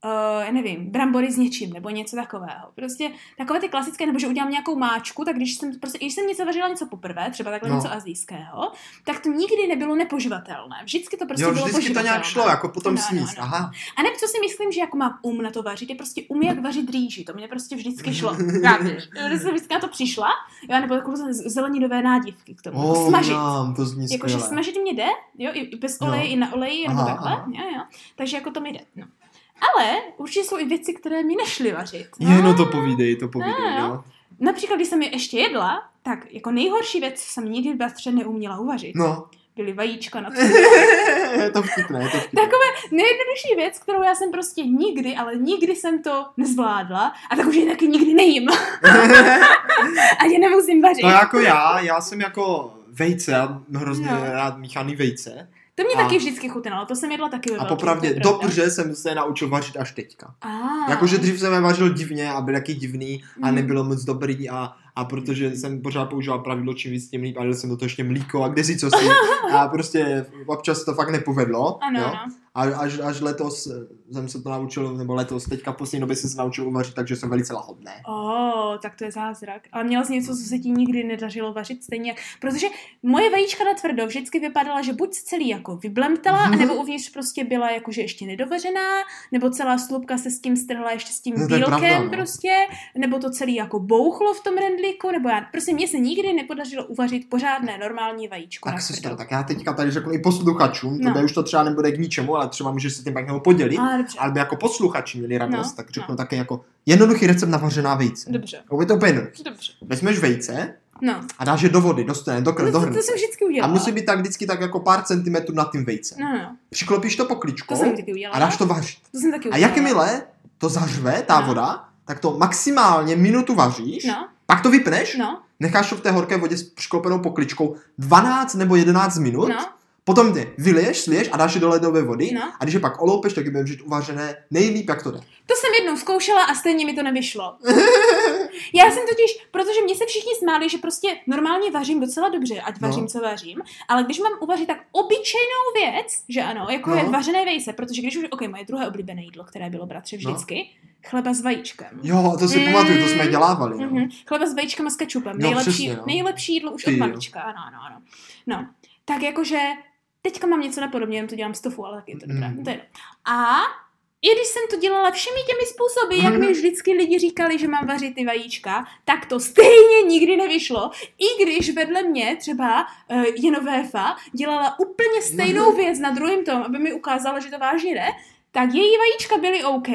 S2: Uh, já nevím, brambory s něčím nebo něco takového. Prostě takové ty klasické, nebo že udělám nějakou máčku, tak když jsem, prostě, když jsem něco vařila něco poprvé, třeba takhle
S1: No.
S2: no. něco azijského, tak to nikdy nebylo nepoživatelné. Vždycky to prostě
S1: jo,
S2: bylo
S1: vždycky to nějak
S2: poživatelné.
S1: šlo, jako potom
S2: No, no,
S1: sníst.
S2: no.
S1: Aha.
S2: A nebo co si myslím, že jako mám um na to vařit, je prostě um, jak vařit rýži. To mě prostě vždycky šlo. Já když jsem vždycky na to přišla, jo, nebo takové zeleninové nádívky k tomu. Jako
S1: Oh,
S2: smažit.
S1: mám, to zní
S2: Jakože
S1: skvěle.
S2: snažit mě jde, jo, i- i bez
S1: No.
S2: oleje, i na oleji, nebo
S1: Aha,
S2: takhle,
S1: aha.
S2: jo, jo. Takže jako to mi jde, no. Ale určitě jsou i věci, které mi nešly vařit.
S1: Je, no to povídej, to povídej,
S2: Ne, jo.
S1: no.
S2: Například, když jsem je ještě jedla, tak jako nejhorší věc co jsem nikdy v bastře neuměla uvařit.
S1: No.
S2: Byly vajíčka na to.
S1: je to vtipné, je to vtipné.
S2: Takové nejjednodušší věc, kterou já jsem prostě nikdy, ale nikdy jsem to nezvládla. A tak už ji taky nikdy nejím. Ani nemusím vařit.
S1: No jako já, já jsem jako vejce, já hrozně
S2: No.
S1: rád míchaný vejce.
S2: To mě
S1: A-
S2: taky vždycky chutnalo, to jsem jedla taky ve
S1: A
S2: velkém,
S1: popravdě,
S2: to je pravda.
S1: dobře jsem se naučil vařit až teďka.
S2: Ah.
S1: Jakože dřív jsem je vařil divně a byl jaký divný a
S2: Mm.
S1: nebylo moc dobrý a, a protože
S2: Mhm.
S1: jsem pořád používal pravidlo čím víc tím líp a dal jsem do toho ještě mlíko a kdesi co si a prostě občas to fakt nepovedlo.
S2: Ano,
S1: jo?
S2: ano.
S1: A až, až letos eh, jsem se to naučil, nebo letos, teďka v poslední době jsem se naučil uvařit, takže jsem velice lahodné.
S2: Oh, tak to je zázrak. Ale měla jsi něco, co se ti nikdy nedařilo vařit stejně. Protože moje vajíčka na tvrdo vždycky vypadala, že buď celý jako vyblemtala,
S1: Mhm.
S2: anebo uvnitř prostě byla jakože ještě nedovařená, nebo celá slupka se s tím strhla ještě s tím
S1: No, to je
S2: bílkem
S1: pravda, no.
S2: prostě, nebo to celý jako bouchlo v tom rendlíku, nebo já, prostě mně se nikdy nepodařilo uvařit pořádné normální vajíčko
S1: Tak
S2: na
S1: sestro,
S2: tvrdo.
S1: tak já teďka tady řeknu i posluchačům,
S2: No.
S1: no. už to třeba nebude k ničemu, ale třeba můžeš se tím pak nebo podělit.
S2: Ale dobře,
S1: Ale by jako posluchači měli radost,
S2: No,
S1: tak řeknu no. také jako jednoduchý recept na vařená vejce.
S2: dobře,
S1: Jako Je to úplně jednoduchý.
S2: dobře.
S1: Vezmeš vejce
S2: No,
S1: a dáš je do vody, do stejné, do,
S2: to,
S1: kr- do
S2: to, to
S1: hrnce.
S2: jsem vždycky
S1: A
S2: udělala.
S1: musí být tak vždycky tak jako pár centimetrů nad tím vejcem.
S2: No, no,
S1: Přiklopíš to pokličkou
S2: to jsem taky udělala.
S1: a dáš to vařit.
S2: To jsem taky
S1: A
S2: udělala.
S1: jakmile to zařve, ta
S2: No.
S1: voda, tak to maximálně minutu vaříš,
S2: No,
S1: pak to vypneš,
S2: no,
S1: necháš to v té horké vodě s přiklopenou pokličkou 12 nebo 11 minut,
S2: no.
S1: potom ty vyliješ, sliješ a dáš je do ledové vody
S2: No.
S1: a když je pak oloupeš, tak je budeš mít uvařené nejlíp, jak to jde.
S2: To jsem jednou zkoušela a stejně mi to nevyšlo. Já jsem totiž, protože mě se všichni smáli, že prostě normálně vařím docela dobře, ať
S1: No.
S2: vařím, co vařím, ale když mám uvařit tak obyčejnou věc, že ano, jako
S1: No.
S2: je vařené vejce, protože když už, ok, moje druhé oblíbené jídlo, které bylo bratře
S1: No.
S2: vždycky, chleba s vajíčkem.
S1: Jo, a to si
S2: Mm.
S1: pamatuju, to jsme dělávali. No.
S2: Mhm. Chleba s vajíčkem a s kečupem.
S1: No,
S2: nejlepší,
S1: přesně, no.
S2: nejlepší jídlo už
S1: Ty
S2: od
S1: jo.
S2: malička. Ano, ano, ano. No, tak jakože teďka mám něco napodobně, jenom to dělám z tofu, ale taky je to dobré.
S1: Mm.
S2: To je jedno. A i když jsem to dělala všemi těmi způsoby, jak mi
S1: Mhm.
S2: vždycky lidi říkali, že mám vařit ty vajíčka, tak to stejně nikdy nevyšlo. I když vedle mě třeba uh, Jenovéfa dělala úplně stejnou
S1: Mhm.
S2: věc na druhém tom, aby mi ukázala, že to vážně jde, tak její vajíčka byly OK,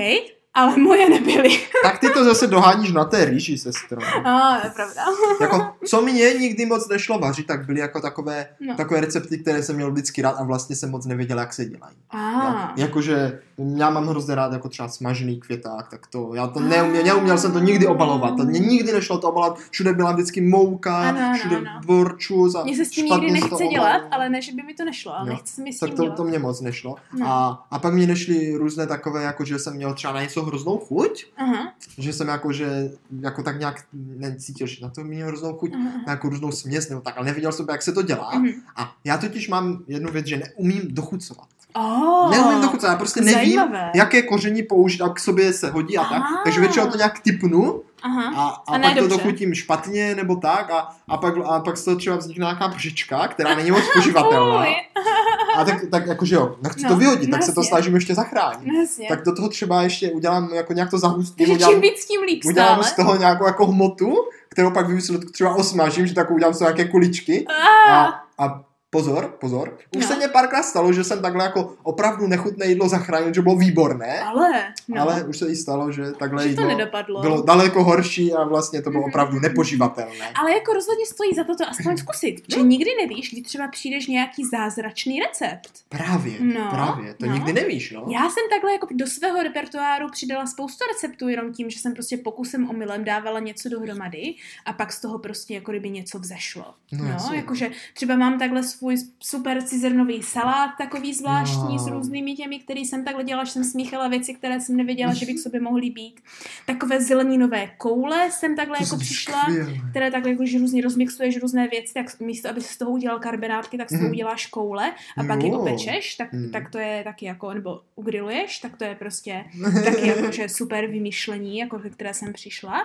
S2: ale moje nebyly.
S1: Tak ty to zase doháníš na té rýži, sestro.
S2: A, to je pravda.
S1: Jako, co mě nikdy moc nešlo vařit, tak byly jako takové,
S2: No.
S1: takové recepty, které jsem měl vždycky rád a vlastně jsem moc nevěděl, jak se dělají.
S2: Ah.
S1: Jo. Jakože já mám hrozně rád jako třeba smažený květák, tak to, já to
S2: Ah.
S1: neuměl, neuměl jsem to nikdy obalovat, to mě nikdy nešlo to obalovat, všude byla vždycky mouka,
S2: Ano, ano,
S1: všude
S2: ano.
S1: borčus a
S2: Mně se s tím
S1: špatně
S2: nikdy
S1: se to
S2: nechce dělat,
S1: obalovalo.
S2: ale ne, že by mi to nešlo, ale
S1: Jo.
S2: nechce se mi s tím
S1: tak to,
S2: dělat.
S1: to mě moc nešlo.
S2: No.
S1: A, a pak mě nešly různé takové, jako že jsem měl třeba na něco hroznou chuť,
S2: Aha,
S1: že jsem jako, že jako tak nějak necítil, že na to mě hroznou chuť,
S2: aha, aha.
S1: na nějakou různou směs nebo tak, ale nevěděl jsem, jak se to dělá.
S2: Mhm.
S1: A já totiž mám jednu věc, že neumím dochucovat.
S2: Oh,
S1: neumím dochucovat, já prostě nevím,
S2: zajímavé.
S1: jaké koření použít a k sobě se hodí a tak.
S2: Ah.
S1: Takže většinou to nějak typnu
S2: Aha.
S1: a, a,
S2: A
S1: a
S2: ne
S1: pak to
S2: dobře.
S1: dochutím špatně nebo tak a, a, pak, a pak z toho třeba vznikne nějaká břička, která není moc poživatelná.
S2: Fuj.
S1: A tak, tak jakože jo, nechci no, to
S2: No,
S1: vyhodit,
S2: no
S1: tak se to
S2: jasně.
S1: snažím ještě zachránit.
S2: No jasně.
S1: Tak do toho třeba ještě udělám jako nějak to zahustím,
S2: Takže čím
S1: udělám,
S2: víc, tím líp
S1: udělám
S2: stále.
S1: z toho nějakou jako hmotu, kterou pak vymyslet třeba osmažím, že tak udělám z toho nějaké kuličky a,
S2: Ah,
S1: a pozor, pozor. Už
S2: No.
S1: se mě párkrát stalo, že jsem takhle jako opravdu nechutné jídlo zachránil, že bylo výborné,
S2: ale, no,
S1: ale už se jí stalo, že takhle
S2: že to
S1: jídlo
S2: nedopadlo.
S1: bylo daleko horší a vlastně to bylo
S2: Mhm.
S1: opravdu nepoživatelné.
S2: Ale jako rozhodně stojí za to to aspoň zkusit,
S1: No.
S2: že nikdy nevíš, kdy třeba přijdeš nějaký zázračný recept.
S1: Právě,
S2: No,
S1: právě, to
S2: no.
S1: nikdy nevíš, no.
S2: Já jsem takhle jako do svého repertoáru přidala spoustu receptů jenom tím, že jsem prostě pokusem omylem dávala něco dohromady a pak z toho prostě jako kdyby něco vzešlo.
S1: No,
S2: No,
S1: jasně,
S2: no
S1: no.
S2: jakože třeba mám takhle svůj super cizernový salát, takový zvláštní s
S1: No.
S2: různými těmi, který jsem takhle dělala, že jsem smíchala věci, které jsem nevěděla, že by k sobě mohly být. Takové zeleninové koule jsem takhle
S1: To
S2: jako
S1: zní
S2: přišla
S1: skvěle.
S2: které takhle jakože různě rozmixuješ různé věci, tak místo, aby si z toho udělal karbenátky, tak z toho
S1: Mhm.
S2: uděláš koule a pak je
S1: Jo.
S2: opečeš, tak,
S1: Mhm.
S2: tak to je taky jako, nebo ugriluješ, tak to je prostě taky jakože super vymýšlení, jako ke které jsem přišla.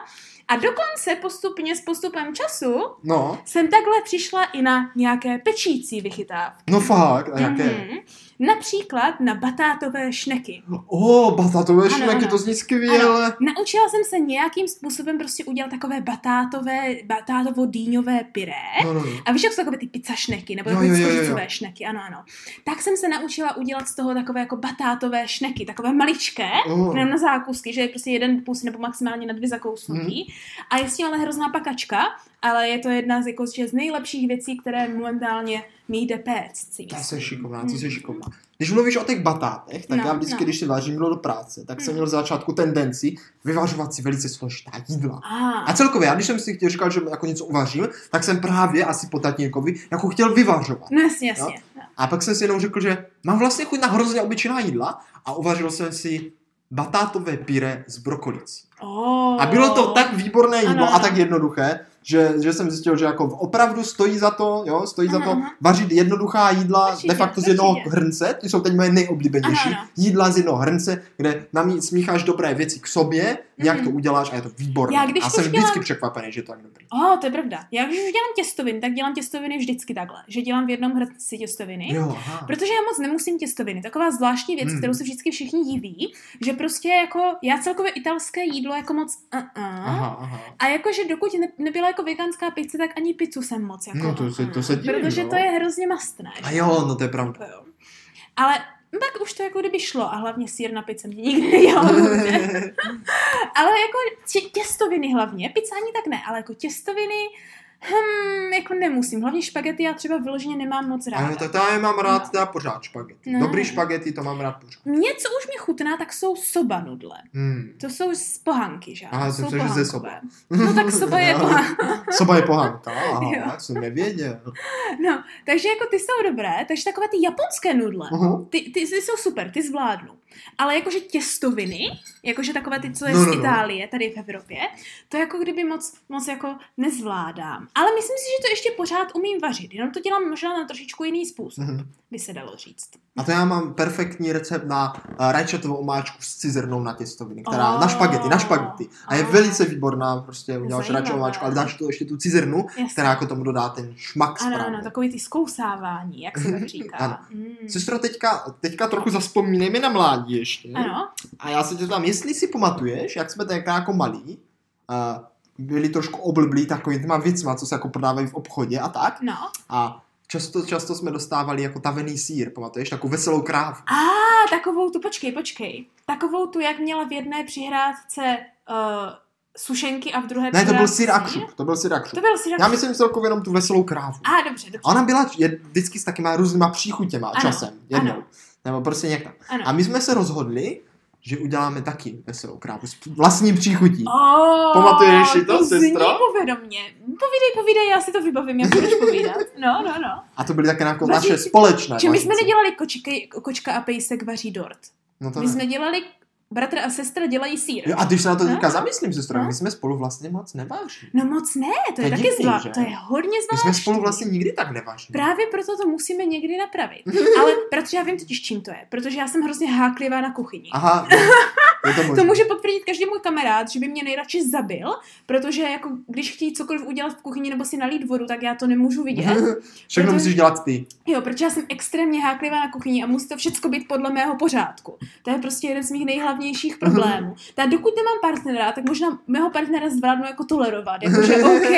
S2: A dokonce postupně s postupem času
S1: No,
S2: jsem takhle přišla i na nějaké pečící vychytávky.
S1: no fakt, a jaké?
S2: Mhm. Například na batátové šneky.
S1: O, batatové
S2: Ano,
S1: šleky,
S2: ano.
S1: to zní skvěle.
S2: Naučila jsem se nějakým způsobem prostě udělat takové batátové, batátovo-dýňové pyré.
S1: No, no, no.
S2: A víš, jak jsou takové ty pizza šneky, nebo
S1: Jo,
S2: takové
S1: jo, jo, jo, jo.
S2: skořicové šneky, ano, ano. Tak jsem se naučila udělat z toho takové jako batátové šneky, takové maličké,
S1: O,
S2: jenom na zákusky, že je prostě jeden kus nebo maximálně na dvě zakousnutí.
S1: Hmm.
S2: A je s tím ale hrozná pakačka, ale je to jedna z, jako, že z nejlepších věcí, které momentálně mi jde péct. si
S1: To
S2: myslím.
S1: jsi šikovná, to jsi šikovná. Když mluvíš o těch batátech, tak
S2: Hmm. No,
S1: já vždycky,
S2: no.
S1: když si vážím jídlo do práce, tak jsem
S2: Mm.
S1: měl z začátku tendenci vyvažovat si velice složitá jídla. A
S2: A,
S1: celkově, já když jsem si chtěl říkal, že jako něco uvařím, tak jsem právě asi po tatínkovi jako chtěl vyvařovat.
S2: no jasně, jasně. No.
S1: A pak jsem si jenom řekl, že mám vlastně chuť na hrozně obyčejná jídla a uvařil jsem si batátové píre z brokolicí.
S2: Oh.
S1: A bylo to tak výborné jídlo
S2: Ano,
S1: a
S2: ano.
S1: tak jednoduché, že, že jsem zjistil, že jako opravdu stojí za to, jo, stojí za
S2: Ano,
S1: to
S2: ano.
S1: vařit jednoduchá jídla
S2: Určitě,
S1: de facto z jednoho
S2: určitě.
S1: hrnce, ty jsou teď moje nejoblíbenější,
S2: Ano, ano.
S1: jídla z jednoho hrnce, kde namí- smícháš dobré věci k sobě, nějak to
S2: Mhm.
S1: uděláš a je to výborné.
S2: Já když
S1: a
S2: už
S1: jsem
S2: dělám-
S1: vždycky překvapený, že je to tak dobrý.
S2: Oh, to je pravda. Já když už dělám těstoviny, tak dělám těstoviny vždycky takhle. Že dělám v jednom hrsti těstoviny.
S1: Jo, aha.
S2: Protože já moc nemusím těstoviny. Taková zvláštní věc,
S1: Hmm.
S2: kterou se vždycky všichni diví, že prostě jako já celkově italské jídlo jako moc uh-uh.
S1: aha, aha.
S2: A jakože dokud ne, nebyla jako veganská pizza, tak ani pizzu jsem moc jako
S1: No, to se- to se
S2: uh-uh.
S1: divím,
S2: Protože
S1: no.
S2: to je hrozně mastné.
S1: A
S2: že?
S1: jo, no to je pravda.
S2: To jo. Ale tak už to jako kdyby šlo a hlavně sír na pizze mě nikdy nedělalo dobře. Ale jako tě- těstoviny hlavně, pizza ani tak ne, ale jako těstoviny, hm, jako nemusím. Hlavně špagety já třeba vyloženě nemám moc ráda.
S1: Ale to, to já mám rád
S2: No.
S1: teda pořád špagety.
S2: No.
S1: Dobrý špagety, to mám rád pořád.
S2: Mě, co už mě chutná, tak jsou soba nudle.
S1: Hmm.
S2: To jsou z pohanky, že? ano?
S1: Aha,
S2: jsou
S1: jsem myslel, že ze
S2: pohankové. No tak soba je pohanka.
S1: Soba je pohanka, aha,
S2: Jo.
S1: já jsem nevěděl.
S2: No, takže jako ty jsou dobré, takže takové ty japonské nudle.
S1: Aha.
S2: Ty, ty, ty jsou super, ty zvládnu. Ale jakože těstoviny, jakože takové ty, co je
S1: No,
S2: no,
S1: no,
S2: z
S1: no.
S2: Itálie, tady v Evropě, to jako kdyby moc, moc jako nezvládám. Ale myslím si, že to ještě pořád umím vařit, jenom to dělám možná na trošičku jiný způsob,
S1: Mhm.
S2: by se dalo říct.
S1: A to já mám perfektní recept na eh, rajčatovou omáčku s cizrnou na těstoviny, která
S2: Oh.
S1: na špagety, na špagety. A je
S2: Oh.
S1: velice výborná, prostě uděláš
S2: Zajímavé.
S1: rajčatovou omáčku, ale dáš tu ještě tu cizrnu,
S2: Jasně.
S1: která jako tomu dodá ten šmak
S2: Ano,
S1: správný.
S2: ano, takový ty zkousávání, jak se tak říká.
S1: Ano.
S2: Mm.
S1: Sestro, teďka, teďka trochu zaspomínejme na mládí ještě.
S2: Ano,
S1: A já se tě tam, jestli si pamatuješ, jak jsme tak jako malí, eh, byli trošku oblblí takovými těma věcma, co se jako prodávají v obchodě a tak.
S2: no.
S1: A často, často jsme dostávali jako tavený sír, pamatuješ, takovou veselou krávu.
S2: A takovou tu, počkej, počkej. Takovou tu, jak měla v jedné přihrádce uh, sušenky a v druhé
S1: Ne, to byl
S2: přihrádce
S1: sír a křup, to byl sír a křup.
S2: To byl sír a
S1: Já
S2: křup.
S1: myslím celkově jenom tu veselou krávu.
S2: A dobře, dobře.
S1: A ona byla je, vždycky s takýma různýma příchutěma
S2: Ano,
S1: časem, jednou. Nebo prostě někam.
S2: Ano.
S1: A my jsme se rozhodli, že uděláme taky veselou krávu s vlastní příchutí.
S2: Oh,
S1: Pamatuješ si to,
S2: to
S1: sestro?
S2: Zní povědomě. Povídej, povídej, já si to vybavím, jak budeš povídat. No, no, no.
S1: A to byly také jako
S2: Vaří-
S1: naše společné.
S2: Či Vlastně my jsme
S1: vařící.
S2: nedělali kočky, kočka a pejsek vaří dort.
S1: No to
S2: My
S1: ne.
S2: jsme dělali, bratr a sestra dělají sír.
S1: Jo, a když se na to
S2: No.
S1: teďka zamyslím, sestra,
S2: No.
S1: my jsme spolu vlastně moc nevážili.
S2: No moc ne, to je
S1: To je
S2: taky
S1: divný, že?
S2: zvláštní. To je hodně
S1: My
S2: zvláštní.
S1: jsme spolu vlastně nikdy tak nevážili.
S2: Právě proto to musíme někdy napravit. Ale protože já vím totiž, čím to je. Protože já jsem hrozně háklivá na kuchyni.
S1: Aha, no, Je to možné.
S2: To může potvrdit každý můj kamarád, že by mě nejradši zabil, protože jako když chtějí cokoliv udělat v kuchyni nebo si nalít vodu, tak já to nemůžu vidět.
S1: Všechno
S2: protože-
S1: musíš dělat ty.
S2: Jo, protože já jsem extrémně háklivá na kuchyni a musí to všechno být podle mého pořádku. To je prostě jeden z mých nejhlavnějších problémů. Tak dokud nemám partnera, tak možná mého partnera zvládnu jako tolerovat, jakože OK,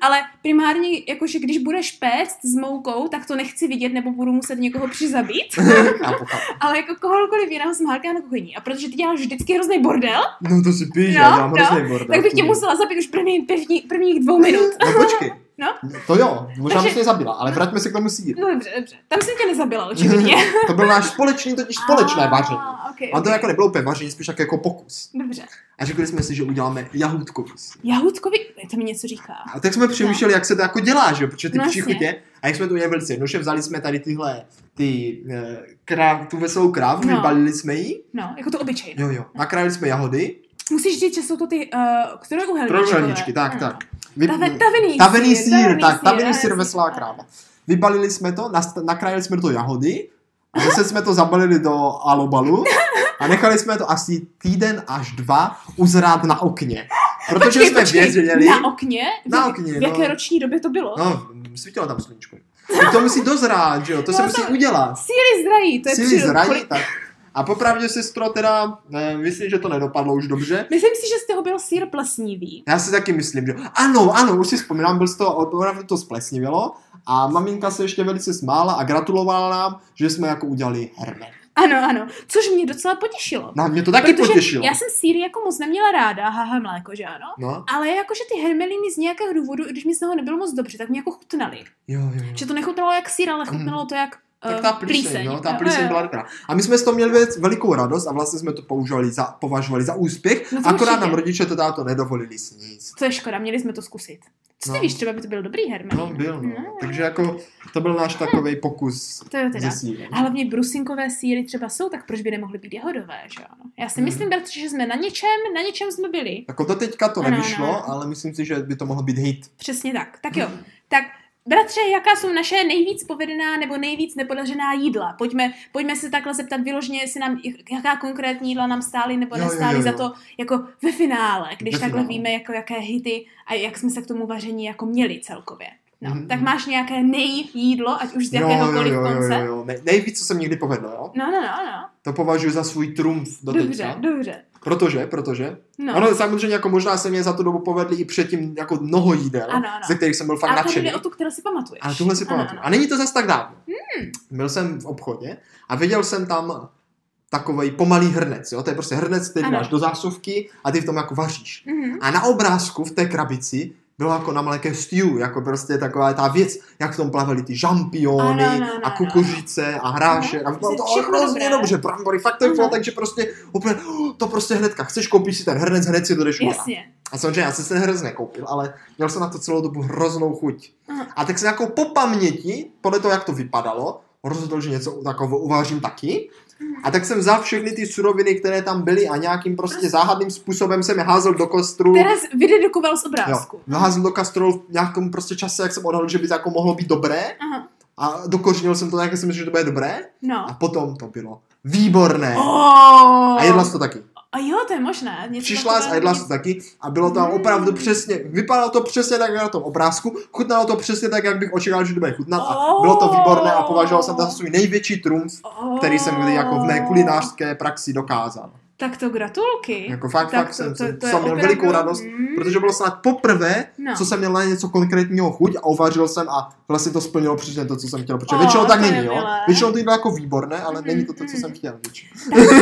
S2: ale primárně jakože když budeš péct s moukou, tak to nechci vidět nebo budu muset někoho přizabít,
S1: Já pochám.
S2: ale jako kohokoliv jiného jsem háklivá na kuchyni. A protože ty děláš vždycky hrozný bordel,
S1: No to si píš,
S2: No,
S1: já dělám
S2: no,
S1: hrozný bordel.
S2: tak bych tě
S1: Chudy.
S2: musela zabít už první, první, prvních dvou minut.
S1: No počkej.
S2: No.
S1: To jo, možná
S2: Takže-
S1: bys mě zabila, ale vraťme se k tomu síru.
S2: No dobře, dobře. Tam jsem tě nezabila, očividně.
S1: To byl náš společný, totiž společné vaření.
S2: Ah, okay,
S1: A to
S2: okay.
S1: jako nebylo úplně vaření, spíš tak jako pokus.
S2: Dobře.
S1: A řekli jsme si, že uděláme jahůdkový sír.
S2: Jahůdkovi, to mi něco říká.
S1: A tak jsme přemýšleli, jak se to jako dělá, že jo, protože ty
S2: No
S1: no,
S2: jasně.
S1: přichutě, a jak jsme to udělali velice jednoduše, vzali jsme tady tyhle, ty, eh, kráv, tu veselou krávu,
S2: No.
S1: no. vybalili jsme ji,
S2: No, jako to obyčejné.
S1: jo jo, nakrájeli jsme jahody,
S2: Musíš říct, že jsou to ty, uh, které uhelníčkové.
S1: trojuhelníčky, tak,
S2: Ano.
S1: tak. Vy,
S2: Tave, tavený,
S1: tavený sír, tak, tavený
S2: jasně.
S1: sír veselá kráva. Vybalili jsme to, nast- nakrájeli jsme to jahody, a zase jsme to zabalili do alobalu a nechali jsme to asi týden až dva uzrát na okně. Protože
S2: Počkej,
S1: jsme
S2: počkej,
S1: věděli,
S2: Na okně?
S1: Na
S2: V-
S1: okně,
S2: V jaké
S1: no.
S2: roční době to bylo? No.
S1: No, svítilo tam sluníčko. Tak to musí dozrát, že jo? To se
S2: No,
S1: musí
S2: to-
S1: udělat.
S2: Síly zdraví, to je
S1: Síly
S2: příroda.
S1: zraní,
S2: Kolik-
S1: tak. A popravdě, sestro, teda, ne, myslím, že to nedopadlo už dobře.
S2: Myslím si, že z toho byl sír plesnivý.
S1: Já si taky myslím, že ano, ano, už si vzpomínám, byl z toho, opravdu to splesnivělo. A maminka se ještě velice smála a gratulovala nám, že jsme jako udělali herme.
S2: Ano, ano. Což mě docela potěšilo.
S1: Na mě to taky
S2: Protože
S1: potěšilo.
S2: já jsem síry jako moc neměla ráda, haha mléko, že ano?
S1: No,
S2: Ale jakože ty hermeliny z nějakého důvodu, i když mi z toho nebylo moc dobře, tak mě jako chutnaly.
S1: jo, jo. jo.
S2: Že to nechutnalo jak sír, ale chutnalo to jak
S1: Mhm. Tak
S2: eh,
S1: ta plíseň, no, ta
S2: Jo,
S1: plíseň
S2: jo.
S1: byla dobrá. A my jsme z toho měli věc, velikou radost a vlastně jsme to používali za, považovali za úspěch,
S2: No to
S1: akorát
S2: určitě.
S1: nám rodiče to táto nedovolili sníst.
S2: To je škoda, měli jsme to zkusit. Co ty
S1: No.
S2: víš, třeba by to byl dobrý hermelín.
S1: No, byl,
S2: No.
S1: no. Takže jako to byl náš takový pokus
S2: To jo teda.
S1: ze síly.
S2: A hlavně brusinkové síry třeba jsou, tak proč by nemohly být jahodové, že ano? Já si
S1: Mhm.
S2: myslím, bratře, že jsme na něčem, na něčem jsme byli.
S1: Jako to teďka to
S2: Ano,
S1: nevyšlo,
S2: ano.
S1: ale myslím si, že by to mohl být hit.
S2: Přesně tak. Tak jo.
S1: Hmm.
S2: Tak Bratře, jaká jsou naše nejvíc povedená nebo nejvíc nepodařená jídla? Pojďme, pojďme se takhle zeptat vyloženě, jestli nám, jaká konkrétní jídla nám stály nebo
S1: Jo, jo,
S2: nestály
S1: jo,
S2: za
S1: jo.
S2: to jako ve finále, když
S1: Ve
S2: takhle
S1: finále.
S2: víme, jako jaké hity a jak jsme se k tomu vaření jako měli celkově. No,
S1: Mhm.
S2: tak máš nějaké nejjídlo, ať už z jakéhokoliv konce?
S1: jo. Ne, nejvíc, co se mi kdy povedlo, jo?
S2: No, no, no, no.
S1: To považuji za svůj trumf do
S2: Dobře,
S1: teďka.
S2: dobře.
S1: Protože, protože.
S2: No.
S1: No. Ono samozřejmě jako možná se mě za tu dobu povedli i předtím jako mnoho jídel,
S2: Ano, ano.
S1: ze kterých jsem byl fakt
S2: ale to
S1: nadšený.
S2: jde o tu, kterou si pamatuješ.
S1: A tuhle si
S2: Ano,
S1: pamatuju.
S2: ano. Hmm.
S1: A není to zas tak dávno. Byl jsem v obchodě a viděl jsem tam takový pomalý hrnec, jo? To je prostě hrnec, který
S2: Ano.
S1: máš do zásuvky a ty v tom jako vaříš.
S2: Mhm.
S1: A na obrázku v té krabici bylo jako na mléké stew, jako prostě taková ta věc, jak v tom plavili ty žampiony
S2: Ano, ano, ano,
S1: a kukuřice a hrášek a
S2: Ano,
S1: bylo to
S2: prostě všechno
S1: hrozně
S2: dobré. Mhm.
S1: dobře, brambory, fakt to
S2: Ano.
S1: bylo tak, že prostě úplně, oh, to prostě hnedka, chceš koupit si ten hrnec, hned si to jdeš udělat.
S2: Jasně.
S1: A samozřejmě já jsem si ten hrnec nekoupil, ale měl jsem na to celou dobu hroznou chuť.
S2: Ano.
S1: A tak jsem jako po paměti, podle toho, jak to vypadalo, rozhodl, že něco takového uvařím taky.
S2: Mhm.
S1: A tak jsem vzal všechny ty suroviny, které tam byly a nějakým prostě záhadným způsobem jsem je házel do kostru.
S2: Které jsi vydedukoval z obrázku.
S1: Jo, No. naházel do kastrolu v nějakém prostě čase, jak jsem odhalil, že by to jako mohlo být dobré
S2: Aha.
S1: a dokořenil jsem to tak, jak jsem myslel, že to bude dobré
S2: No.
S1: a potom to bylo výborné.
S2: Oh.
S1: A jedla jsi to taky.
S2: A jo, to je možné. Něco
S1: Přišla jsi a jedla jsi to taky a bylo to
S2: Mm.
S1: opravdu přesně, vypadalo to přesně tak, jak na tom obrázku, chutnalo to přesně tak, jak bych očekával, že to bude chutnat a bylo to výborné a považoval jsem to za svůj největší trumf,
S2: oh.
S1: který jsem kdy jako v mé kulinářské praxi dokázal.
S2: Tak to gratulky.
S1: Jako fakt,
S2: tak
S1: fakt jsem, jsem, jsem měl velikou radost,
S2: Mm.
S1: protože bylo snad poprvé,
S2: no.
S1: co jsem měl na něco konkrétního chuť a uvařil jsem a vlastně to splnilo přesně to, co jsem chtěl. Protože
S2: O,
S1: většinou tak
S2: to je
S1: není, jo.
S2: milé.
S1: Většinou to jde jako výborné, ale
S2: Mhm,
S1: není to to, co
S2: mhm.
S1: jsem chtěl. většinou.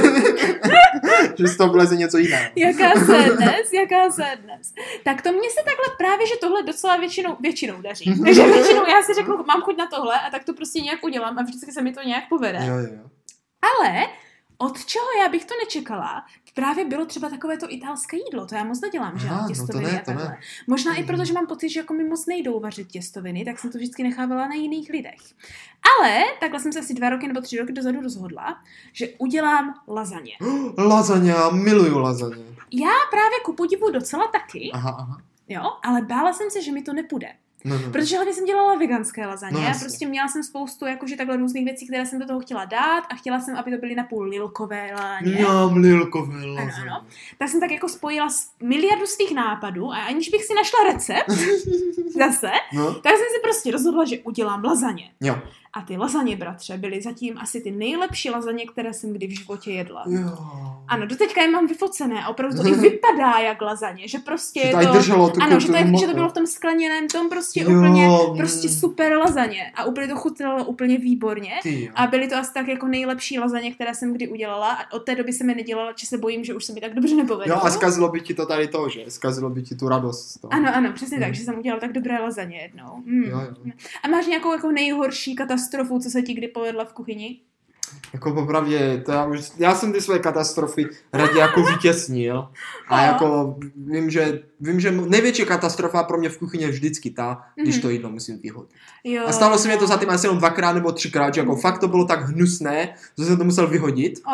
S1: že z toho vleze něco jiného.
S2: Jaká se dnes, jaká se dnes. Tak to mně se takhle právě, že tohle docela většinou, většinou
S1: Mhm.
S2: daří. Takže většinou já si řeknu, mám chuť na tohle a tak to prostě nějak udělám a vždycky se mi to nějak povede.
S1: Jo, jo, jo.
S2: Ale od čeho já bych to nečekala, právě bylo třeba takové to italské jídlo, to já moc nedělám, že
S1: Aha, no
S2: Aha,
S1: to
S2: těstoviny
S1: ne,
S2: a
S1: to ne.
S2: takhle. Možná i
S1: Mhm.
S2: proto, že mám pocit, že jako mi moc nejdou vařit těstoviny, tak jsem to vždycky nechávala na jiných lidech. Ale takhle jsem se asi dva roky nebo tři roky dozadu rozhodla, že udělám lazaně.
S1: Lazaně, já miluju lazaně.
S2: Já právě ku podivu docela taky,
S1: Aha, aha.
S2: jo, ale bála jsem se, že mi to nepůjde.
S1: No, no.
S2: Protože hlavně jsem dělala veganské lazaně.
S1: No,
S2: No,
S1: jasně.
S2: prostě měla jsem spoustu jakože takhle různých věcí, které jsem do toho chtěla dát a chtěla jsem, aby to byly napůl lilkové laně.
S1: Mňam, lilkové
S2: Ano,
S1: lazaně.
S2: ano. Tak jsem tak jako spojila s miliardu svých nápadů a aniž bych si našla recept zase,
S1: No,
S2: tak jsem si prostě rozhodla, že udělám lazaně.
S1: jo.
S2: A ty lazaně, bratře, byly zatím asi ty nejlepší lazaně, které jsem kdy v životě jedla.
S1: jo. Mhm.
S2: Ano, doteďka je mám vyfocené a opravdu to i vypadá jak lazaně, že prostě
S1: Že
S2: je
S1: to aj
S2: to...
S1: drželo tu
S2: Ano, že to,
S1: kulturu
S2: je, že to
S1: motu.
S2: bylo v tom skleněném tom prostě
S1: Jo,
S2: úplně,
S1: mm.
S2: prostě super lazaně a úplně to chutnalo úplně výborně.
S1: Ty jo.
S2: A byly to asi tak jako nejlepší lazaně, které jsem kdy udělala a od té doby jsem je nedělala, či se bojím, že už se mi tak dobře nepovedlo.
S1: Jo, a zkazilo by ti to tady to, že? Zkazilo by ti tu radost z toho.
S2: Ano, ano, přesně
S1: Mm.
S2: tak, že jsem udělala tak dobré lazaně jednou. Mm.
S1: Jo, jo.
S2: A máš nějakou jako nejhorší katastrofu, co se ti kdy povedla v kuchyni?
S1: Jako popravdě, to já, už, já jsem ty své katastrofy raději jako vytěsnil. A
S2: Jo.
S1: jako vím, že, vím, že největší katastrofa pro mě v kuchyni je vždycky ta, když
S2: Mhm. Eh.
S1: to jídlo musím vyhodit.
S2: Jo.
S1: A stalo se mi to za tím asi jenom dvakrát nebo třikrát, že jako
S2: Mhm.
S1: fakt to bylo tak hnusné, že jsem to musel vyhodit.
S2: O,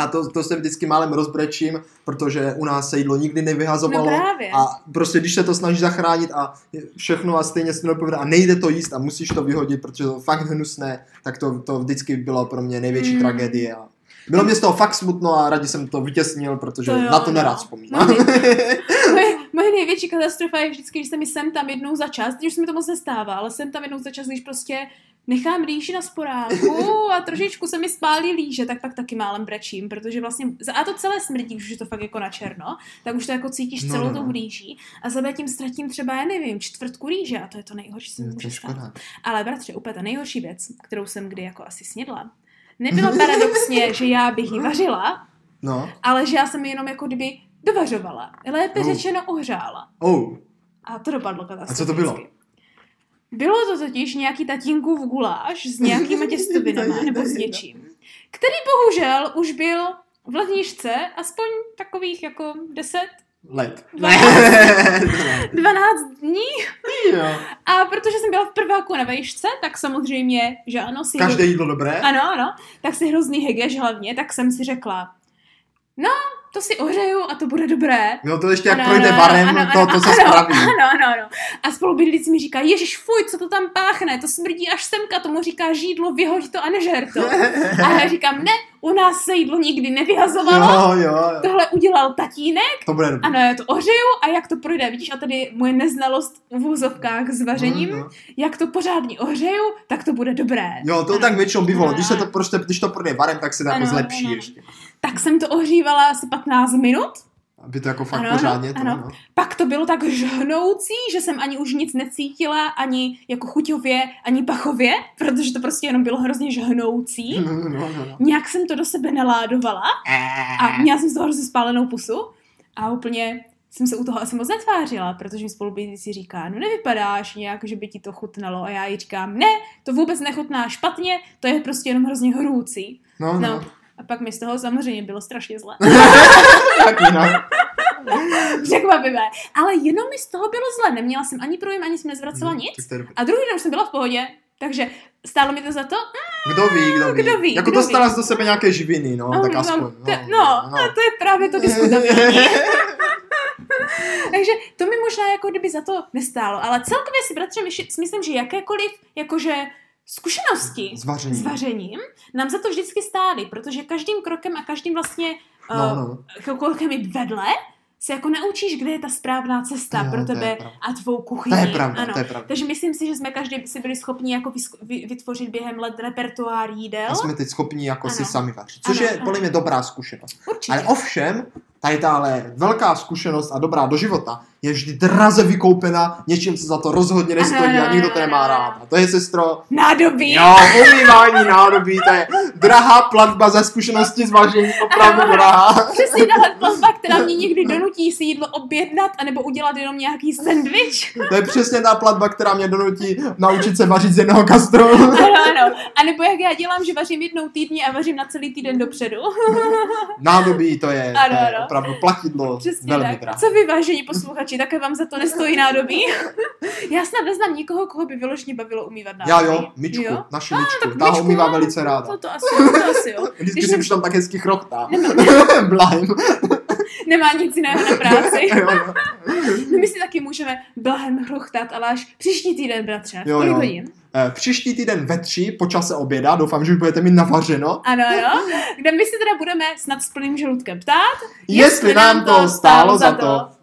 S1: A to, to se vždycky málem rozbrečím, protože u nás se jídlo nikdy
S2: no
S1: nevyhazovalo.
S2: právě.
S1: A prostě když se to snažíš zachránit a všechno a stejně se to nepovede a nejde to jíst a musíš to vyhodit, protože to je fakt hnusné, tak to, to vždycky bylo pro mě největší
S2: Mm.
S1: mm. tragédie. A bylo mě z toho fakt smutno a raději jsem to vytěsnil, protože
S2: To
S1: to
S2: jo,
S1: jo, na to
S2: no.
S1: nerad vzpomínám.
S2: No, moje, moje největší katastrofa je vždycky, když se mi sem tam jednou za čas, teď už se mi to moc nestává, ale sem tam jednou za čas, když prostě nechám rýži na sporáku a trošičku se mi spálí líže, tak pak taky málem brečím, protože vlastně, za- a to celé smrdí, už je to fakt jako na černo, tak už to jako cítíš
S1: No,
S2: celou
S1: no, no.
S2: tou rýží a za tím ztratím třeba, já nevím, čtvrtku rýže a to je to nejhorší, co se mi
S1: to
S2: může
S1: je
S2: stát.
S1: škoda.
S2: Ale bratře, úplně ta nejhorší věc, kterou jsem kdy jako asi snědla, nebylo paradoxně, že já bych ji vařila,
S1: No,
S2: ale že já jsem ji jenom jako kdyby dovařovala. Lépe
S1: Oh.
S2: řečeno ohřála.
S1: oh,
S2: A to dopadlo katastroficky.
S1: A co to bylo?
S2: Bylo to totiž nějaký tatínkův guláš s nějakýma těstovinama
S1: To je-
S2: nebo
S1: to
S2: s
S1: je-
S2: něčím, který bohužel už byl v ledničce aspoň takových jako 10,
S1: let.
S2: 12, 12 dní.
S1: Jo.
S2: A protože jsem byla v prváku na vejšce, tak samozřejmě, že ano, si
S1: Každé jídlo dobré?
S2: Ano, ano. Tak si hrozný hegež hlavně, tak jsem si řekla, no, to si ohřeju a to bude dobré.
S1: Jo, No, to ještě jak
S2: Ano,
S1: projde
S2: ano,
S1: barem,
S2: ano,
S1: to,
S2: ano,
S1: to se
S2: ano,
S1: spraví.
S2: Ano, ano, ano. A spolubydlící mi říká, ježiš, fuj, co to tam páchne, to smrdí až semka, tomu říká žídlo, vyhoď to a nežer to. A já říkám, ne, u nás se jídlo nikdy nevyhazovalo,
S1: Jo, jo, jo.
S2: tohle udělal tatínek,
S1: To bude dobré.
S2: ano, já to ohřeju a jak to projde, vidíš, a tady moje neznalost v úzovkách s vařením,
S1: No, no.
S2: jak to pořádně ohřeju, tak to bude dobré.
S1: Jo, to
S2: Ano.
S1: tak většinou bývalo.
S2: Ano,
S1: Když se to
S2: ano.
S1: prostě, když to projde barem, tak se to jako
S2: Ano,
S1: zlepší
S2: ano.
S1: ještě.
S2: Tak jsem to ohřívala asi 15 minut,
S1: Aby to jako fakt
S2: Ano,
S1: ano,
S2: ano,
S1: pořádně to,
S2: ano.
S1: No.
S2: Pak to bylo tak žhnoucí, že jsem ani už nic necítila, ani jako chuťově, ani pachově, protože to prostě jenom bylo hrozně žhnoucí.
S1: No, no, no, Eh, no.
S2: Nějak jsem to do sebe naládovala a měla jsem z toho hrozně spálenou pusu a úplně jsem se u toho asi moc netvářila, protože mi spolubydlící říká, no nevypadáš nějak, že by ti to chutnalo a já jí říkám, ne, to vůbec nechutná špatně, to je prostě jenom hrozně hrůcí.
S1: No,
S2: No
S1: no.
S2: a pak mi z toho samozřejmě bylo strašně zle.
S1: Tak jinak.
S2: Překvapivé. Ale jenom mi z toho bylo zle. Neměla jsem ani průjem, ani jsem nezvracela
S1: Hm,
S2: nic.
S1: tak to je dobré.
S2: A druhý den už jsem byla v pohodě. Takže stálo mi to za to?
S1: Kdo ví, kdo ví.
S2: kdo ví,
S1: jako
S2: kdo
S1: dostala jsi do sebe nějaké živiny, no,
S2: No,
S1: tak
S2: no,
S1: aspoň.
S2: to- no, A to je právě
S1: Mhm.
S2: to diskutabilní. Takže to mi možná jako kdyby za to nestálo. Ale celkově si bratře myši- si myslím, že jakékoliv jakože zkušenosti
S1: Zvaření.
S2: s vařením nám za to vždycky stály, protože každým krokem a každým vlastně
S1: No,
S2: eh,
S1: no.
S2: krokem i vedle se jako naučíš, kde je ta správná cesta
S1: Jo,
S2: pro
S1: to je
S2: tebe
S1: pravda.
S2: a tvou kuchyni.
S1: To je pravda,
S2: ano.
S1: to je pravda.
S2: Takže myslím si, že jsme každý si byli schopni jako vysk- vy- vytvořit během let repertoár jídel.
S1: A jsme teď schopni jako si
S2: Ano.
S1: sami vařit, což
S2: Ano,
S1: je
S2: ano.
S1: podle mě dobrá zkušenost.
S2: Určitě.
S1: Ale ovšem, tady tahle velká zkušenost a dobrá do života je vždy draze vykoupena něčím, co za to rozhodně nestojí
S2: Ano,
S1: a nikdo to
S2: ano,
S1: nemá
S2: ano.
S1: rád. A to je, sestro,
S2: Nádobí!
S1: jo, umývání nádobí, to je drahá platba za zkušenosti s vařením, opravdu
S2: Ano, ano.
S1: drahá.
S2: Přesně tahle platba, která mě někdy donutí si jídlo objednat anebo udělat jenom nějaký sendvič.
S1: To je přesně ta platba, která mě donutí naučit se vařit z jednoho kastrolu.
S2: Ano, ano. A nebo jak já dělám, že vařím jednou týdně a vařím na celý týden dopředu.
S1: Nádobí to je,
S2: Ano,
S1: to je
S2: ano.
S1: opravdu platidlo
S2: Přesně
S1: velmi
S2: tak.
S1: drahé.
S2: Co vy, vážení posluchači, také vám za to nestojí nádobí? Já snad neznám nikoho, koho by vyložně bavilo umývat nádobí.
S1: Já jo, myčku, naši myčku, ta ho
S2: myčku,
S1: umývá
S2: ano,
S1: velice ráda.
S2: To, to asi, jo, to asi jo.
S1: Vždycky
S2: no. Když
S1: si
S2: jsem- no.
S1: už tam tak hezky chrochtá. Blahem.
S2: Nemá nic jiného na práci.
S1: Jo, jo.
S2: No my si taky můžeme blahem hrochtat, ale až příští týden, bratře.
S1: Jo,
S2: Jo, Kolik
S1: jo.
S2: hodin?
S1: Eh, Příští týden ve tři, po čase oběda, doufám, že už budete mít navařeno.
S2: Ano, jo. Kde my se teda budeme snad s plným žaludkem ptát,
S1: Jestli nám to stálo za to.